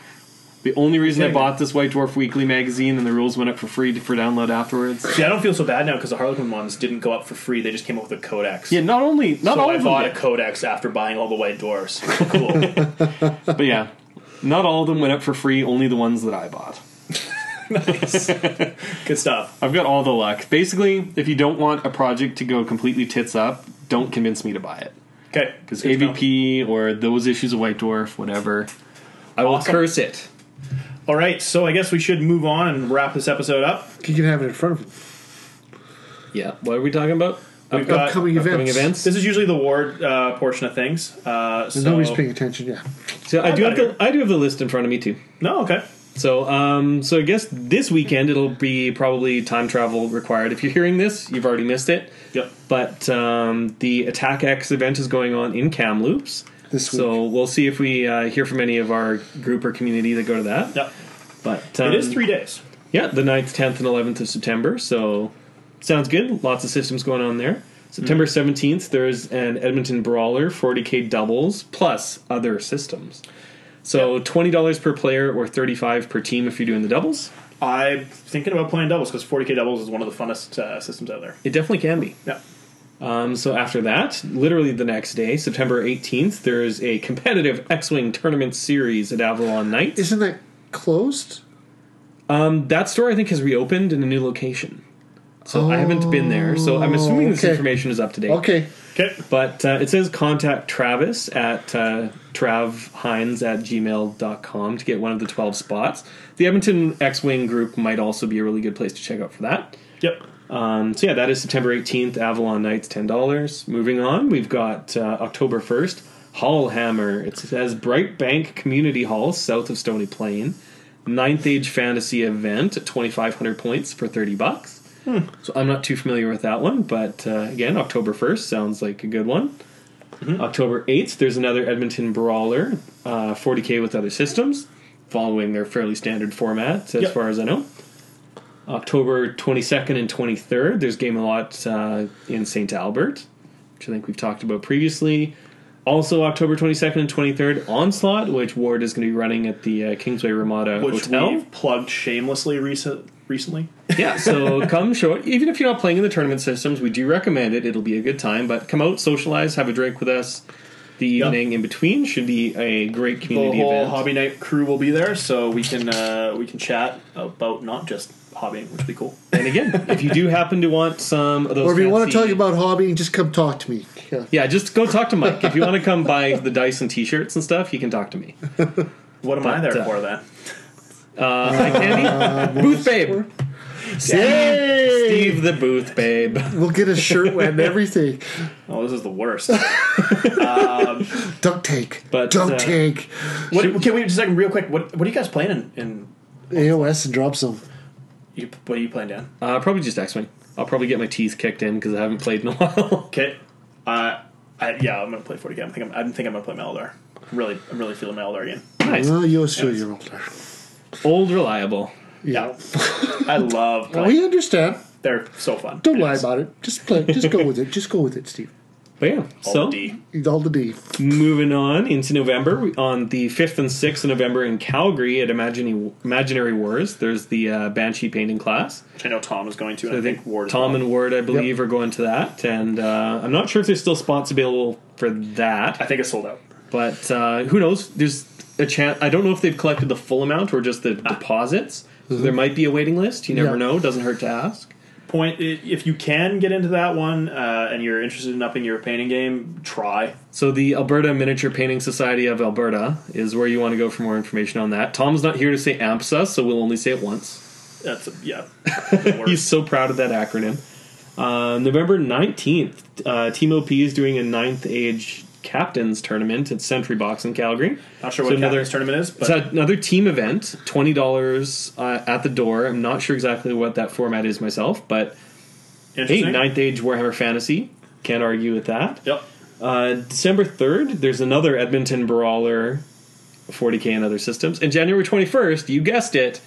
Speaker 4: The only reason I
Speaker 1: Dang.
Speaker 4: bought this White Dwarf Weekly magazine and the rules went up for free for download afterwards.
Speaker 1: See, I don't feel so bad now because the Harlequin ones didn't go up for free. They just came up with a codex.
Speaker 4: Yeah, not only not
Speaker 1: so
Speaker 4: all
Speaker 1: I
Speaker 4: of them,
Speaker 1: bought a
Speaker 4: did,
Speaker 1: codex after buying all the White Dwarfs. Cool.
Speaker 4: but yeah, not all of them went up for free. Only the ones that I bought.
Speaker 1: Good stuff.
Speaker 4: I've got all the luck. Basically, if you don't want a project to go completely tits up, don't convince me to buy it.
Speaker 1: Okay.
Speaker 4: Because AVP or those issues of White Dwarf, whatever.
Speaker 3: I will
Speaker 1: Awesome.
Speaker 3: curse it.
Speaker 1: All right, so I guess we should move on and wrap this episode up.
Speaker 2: you can have it in front of them.
Speaker 3: Yeah. What are we talking about?
Speaker 1: We've got
Speaker 2: upcoming events.
Speaker 3: Upcoming events.
Speaker 1: This is usually the ward uh, portion of things. Uh, so
Speaker 2: Nobody's paying attention. Yeah,
Speaker 3: So I
Speaker 1: I've
Speaker 3: do
Speaker 1: got
Speaker 3: have the I do have the list in front of me too.
Speaker 1: No, okay.
Speaker 3: So, um, so I guess this weekend it'll be probably time travel required. If you're hearing this, you've already missed it.
Speaker 1: Yep.
Speaker 3: But um, the Attack X event is going on in Kamloops.
Speaker 2: This
Speaker 3: So we'll see if we uh, hear from any of our group or community that go to that.
Speaker 1: Yep.
Speaker 3: But um,
Speaker 1: it is three days.
Speaker 3: Yeah, the 9th, 10th, and 11th of September. So sounds good. Lots of systems going on there. September
Speaker 2: Mm-hmm.
Speaker 3: 17th, there's an Edmonton Brawler 40k doubles plus other systems. So $20 per player or 35 per team if you're doing the doubles.
Speaker 1: I'm thinking about playing doubles because 40k doubles is one of the funnest uh, systems out there.
Speaker 3: It definitely can be.
Speaker 1: Yeah.
Speaker 3: Um, so after that, literally the next day, September 18th, there is a competitive X-Wing tournament series at Avalon Nights.
Speaker 2: isn't that closed?
Speaker 3: Um, that store, I think, has reopened in a new location. So I haven't been there. So I'm assuming this
Speaker 2: Oh, okay.
Speaker 3: information is up to date.
Speaker 2: Okay,
Speaker 1: Okay.
Speaker 3: But uh, it says contact Travis at uh, travhines at gmail.com to get one of the 12 spots. The Edmonton X Wing group might also be a really good place to check out for that.
Speaker 1: Yep.
Speaker 3: Um, so, yeah, that is September 18th, Avalon Nights, $10. Moving on, we've got uh, October 1st, Hall Hammer. It says Bright Bank Community Hall, south of Stony Plain. Ninth Age Fantasy event at 2,500 points for 30 bucks. So I'm not too familiar with that one, but uh, again, October 1st sounds like a good one. October 8th, there's another Edmonton Brawler, uh, 40k with other systems, following their fairly standard format as
Speaker 1: Yep.
Speaker 3: far as I know. October 22nd and 23rd, there's Game A Lot uh, in St. Albert, which I think we've talked about previously. Also, October 22nd and 23rd, Onslaught, which Ward is going to be running at the uh, Kingsway Ramada
Speaker 1: Which
Speaker 3: Hotel.
Speaker 1: we've plugged shamelessly recent, recently.
Speaker 3: Yeah, so come show it. Even if you're not playing in the tournament systems, we do recommend it. It'll be a good time. But come out, socialize, have a drink with us. The evening in between should be a great
Speaker 1: The
Speaker 3: community
Speaker 1: whole
Speaker 3: event.
Speaker 1: hobby night crew will be there, so we can uh, we can chat about not just hobbying, which would be cool.
Speaker 3: And again, if you do happen to want some of those,
Speaker 2: or if you want to
Speaker 3: fancy-
Speaker 2: talk about hobbying, just come talk to me. Yeah.
Speaker 3: yeah, just go talk to Mike. If you want to come buy the Dyson T-shirts and stuff, you can talk to me.
Speaker 1: What am I
Speaker 3: But,
Speaker 1: there
Speaker 3: uh,
Speaker 1: for then?
Speaker 3: Uh, hi, Candy, Booth Babe,
Speaker 2: Yay!
Speaker 3: Steve the Booth Babe.
Speaker 2: We'll get a shirt and everything.
Speaker 1: Oh, this is the worst.
Speaker 2: Duct take.
Speaker 3: But,
Speaker 2: Duct
Speaker 3: uh,
Speaker 2: take.
Speaker 1: what, can we just a second, real quick? What what are you guys playing in? in
Speaker 2: AOS and drop zone.
Speaker 1: you, what are you playing, Dan?
Speaker 3: Uh, probably just X-wing. I'll probably get my teeth kicked in because I haven't played in a while.
Speaker 1: Okay. Uh, I, yeah, I'm gonna play 40k. I'm think I'm, I'm think I'm gonna play my Eldar. I'm really, I'm really feeling my Eldar again.
Speaker 3: nice,
Speaker 2: Well, you also your older.
Speaker 3: old reliable.
Speaker 1: Yeah, I love. Playing.
Speaker 2: We understand.
Speaker 1: They're so fun.
Speaker 2: Don't lie about it. Just play. Just go with it. Just go with it, Steve.
Speaker 3: But yeah,
Speaker 1: All
Speaker 3: so
Speaker 1: D.
Speaker 2: All the D.
Speaker 3: Moving on into November, we- on the 5th and 6th of November in Calgary at Imagine, Imaginary Wars, there's the uh, Banshee painting class.
Speaker 1: Which I know Tom is going to, and
Speaker 3: I
Speaker 1: I
Speaker 3: think
Speaker 1: think Ward. is
Speaker 3: Tom
Speaker 1: going.
Speaker 3: and Ward, I believe, are going to that. And uh, I'm not sure if there's still spots available for
Speaker 1: I
Speaker 3: that,
Speaker 1: think it's sold out.
Speaker 3: but uh, who knows? There's a chance. I don't know if they've collected the full amount or just the
Speaker 1: Ah.
Speaker 3: deposits. So there might be a waiting list. You never
Speaker 2: Yeah.
Speaker 3: know. Doesn't hurt to ask.
Speaker 1: Point i- if you can get into that one, uh, and you're interested in upping your painting game, try.
Speaker 3: So the Alberta Miniature Painting Society of Alberta is where you want to go for more information on that. Tom's not here to say AMPSA, so we'll only say it once.
Speaker 1: That's a, yeah.
Speaker 3: He's so proud of that acronym. Uh, November 19th, uh, Team OP is doing a ninth age captains tournament at Sentry Box in Calgary.
Speaker 1: Not sure
Speaker 3: So
Speaker 1: what
Speaker 3: another-
Speaker 1: another tournament is, but
Speaker 3: It's another team event, $20 uh, at the door. I'm not sure exactly what that format is myself, but hey,
Speaker 1: interesting.
Speaker 3: ninth age Warhammer Fantasy. Can't argue with that.
Speaker 1: Yep.
Speaker 3: Uh, December 3rd, there's another Edmonton Brawler 40K and other systems. And January 21st, you guessed it,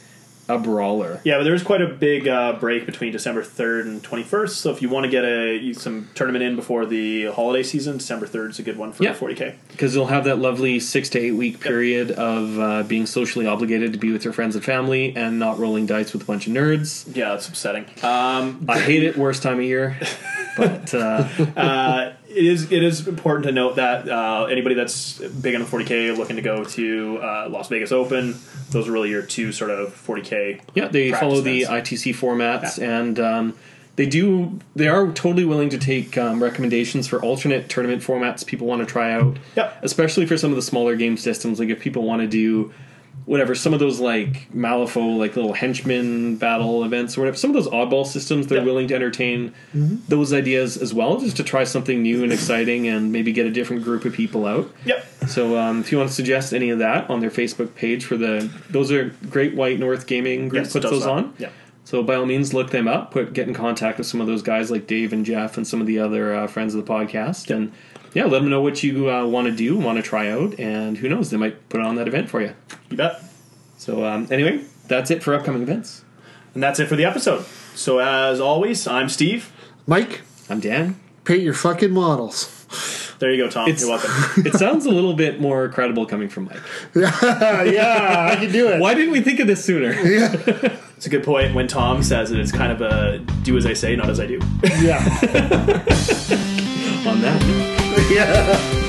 Speaker 3: a Brawler.
Speaker 1: Yeah, but there was quite a big uh, break between December 3rd and 21st. So if you want to get a some tournament in before the holiday season, December 3rd is a good one for
Speaker 3: Yeah.
Speaker 1: 40k.
Speaker 3: because you'll have that lovely six to eight week period of uh, being socially obligated to be with your friends and family and not rolling dice with a bunch of nerds.
Speaker 1: Yeah, that's upsetting. Um,
Speaker 3: I hate it. Worst time of year, but uh,
Speaker 1: uh, it is it is important to note that uh, anybody that's big on the 40k looking to go to uh, Las Vegas Open, those are really your two sort of 40k.
Speaker 3: yeah, they
Speaker 1: Practice
Speaker 3: follow the
Speaker 1: events.
Speaker 3: ITC formats and. Um, they do. They are totally willing to take um, recommendations for alternate tournament formats people want to try out.
Speaker 1: Yep.
Speaker 3: Especially for some of the smaller game systems, like if people want to do whatever some of those like Malifaux, like little henchmen battle events or whatever. Some of those oddball systems, they're
Speaker 1: Yeah.
Speaker 3: willing to entertain
Speaker 1: Mm-hmm.
Speaker 3: those ideas as well, just to try something new and exciting and maybe get a different group of people out.
Speaker 1: Yep.
Speaker 3: So um, if you want to suggest any of that on their Facebook page for the those are Great White North Gaming Group
Speaker 1: Yes,
Speaker 3: puts
Speaker 1: does
Speaker 3: those
Speaker 1: that.
Speaker 3: on.
Speaker 1: Yeah.
Speaker 3: So by all means, look them up. Put get in contact with some of those guys like Dave and Jeff and some of the other uh, friends of the podcast, and yeah, let them know what you uh, want to do, want to try out, and who knows, they might put on that event for you.
Speaker 1: You bet.
Speaker 3: So um, anyway, that's it for upcoming events.
Speaker 1: And that's it for the episode. So as always, I'm Steve.
Speaker 2: Mike,
Speaker 3: I'm Dan.
Speaker 2: paint your fucking models.
Speaker 1: There you go, Tom.
Speaker 3: It's-
Speaker 1: You're welcome.
Speaker 3: It sounds a little bit more credible coming from Mike.
Speaker 2: Uh, yeah, I can do it.
Speaker 3: Why didn't we think of this sooner?
Speaker 1: It's a good point when Tom says that it's kind of a do as I say, not as I do.
Speaker 2: Yeah.
Speaker 3: on that.
Speaker 2: yeah.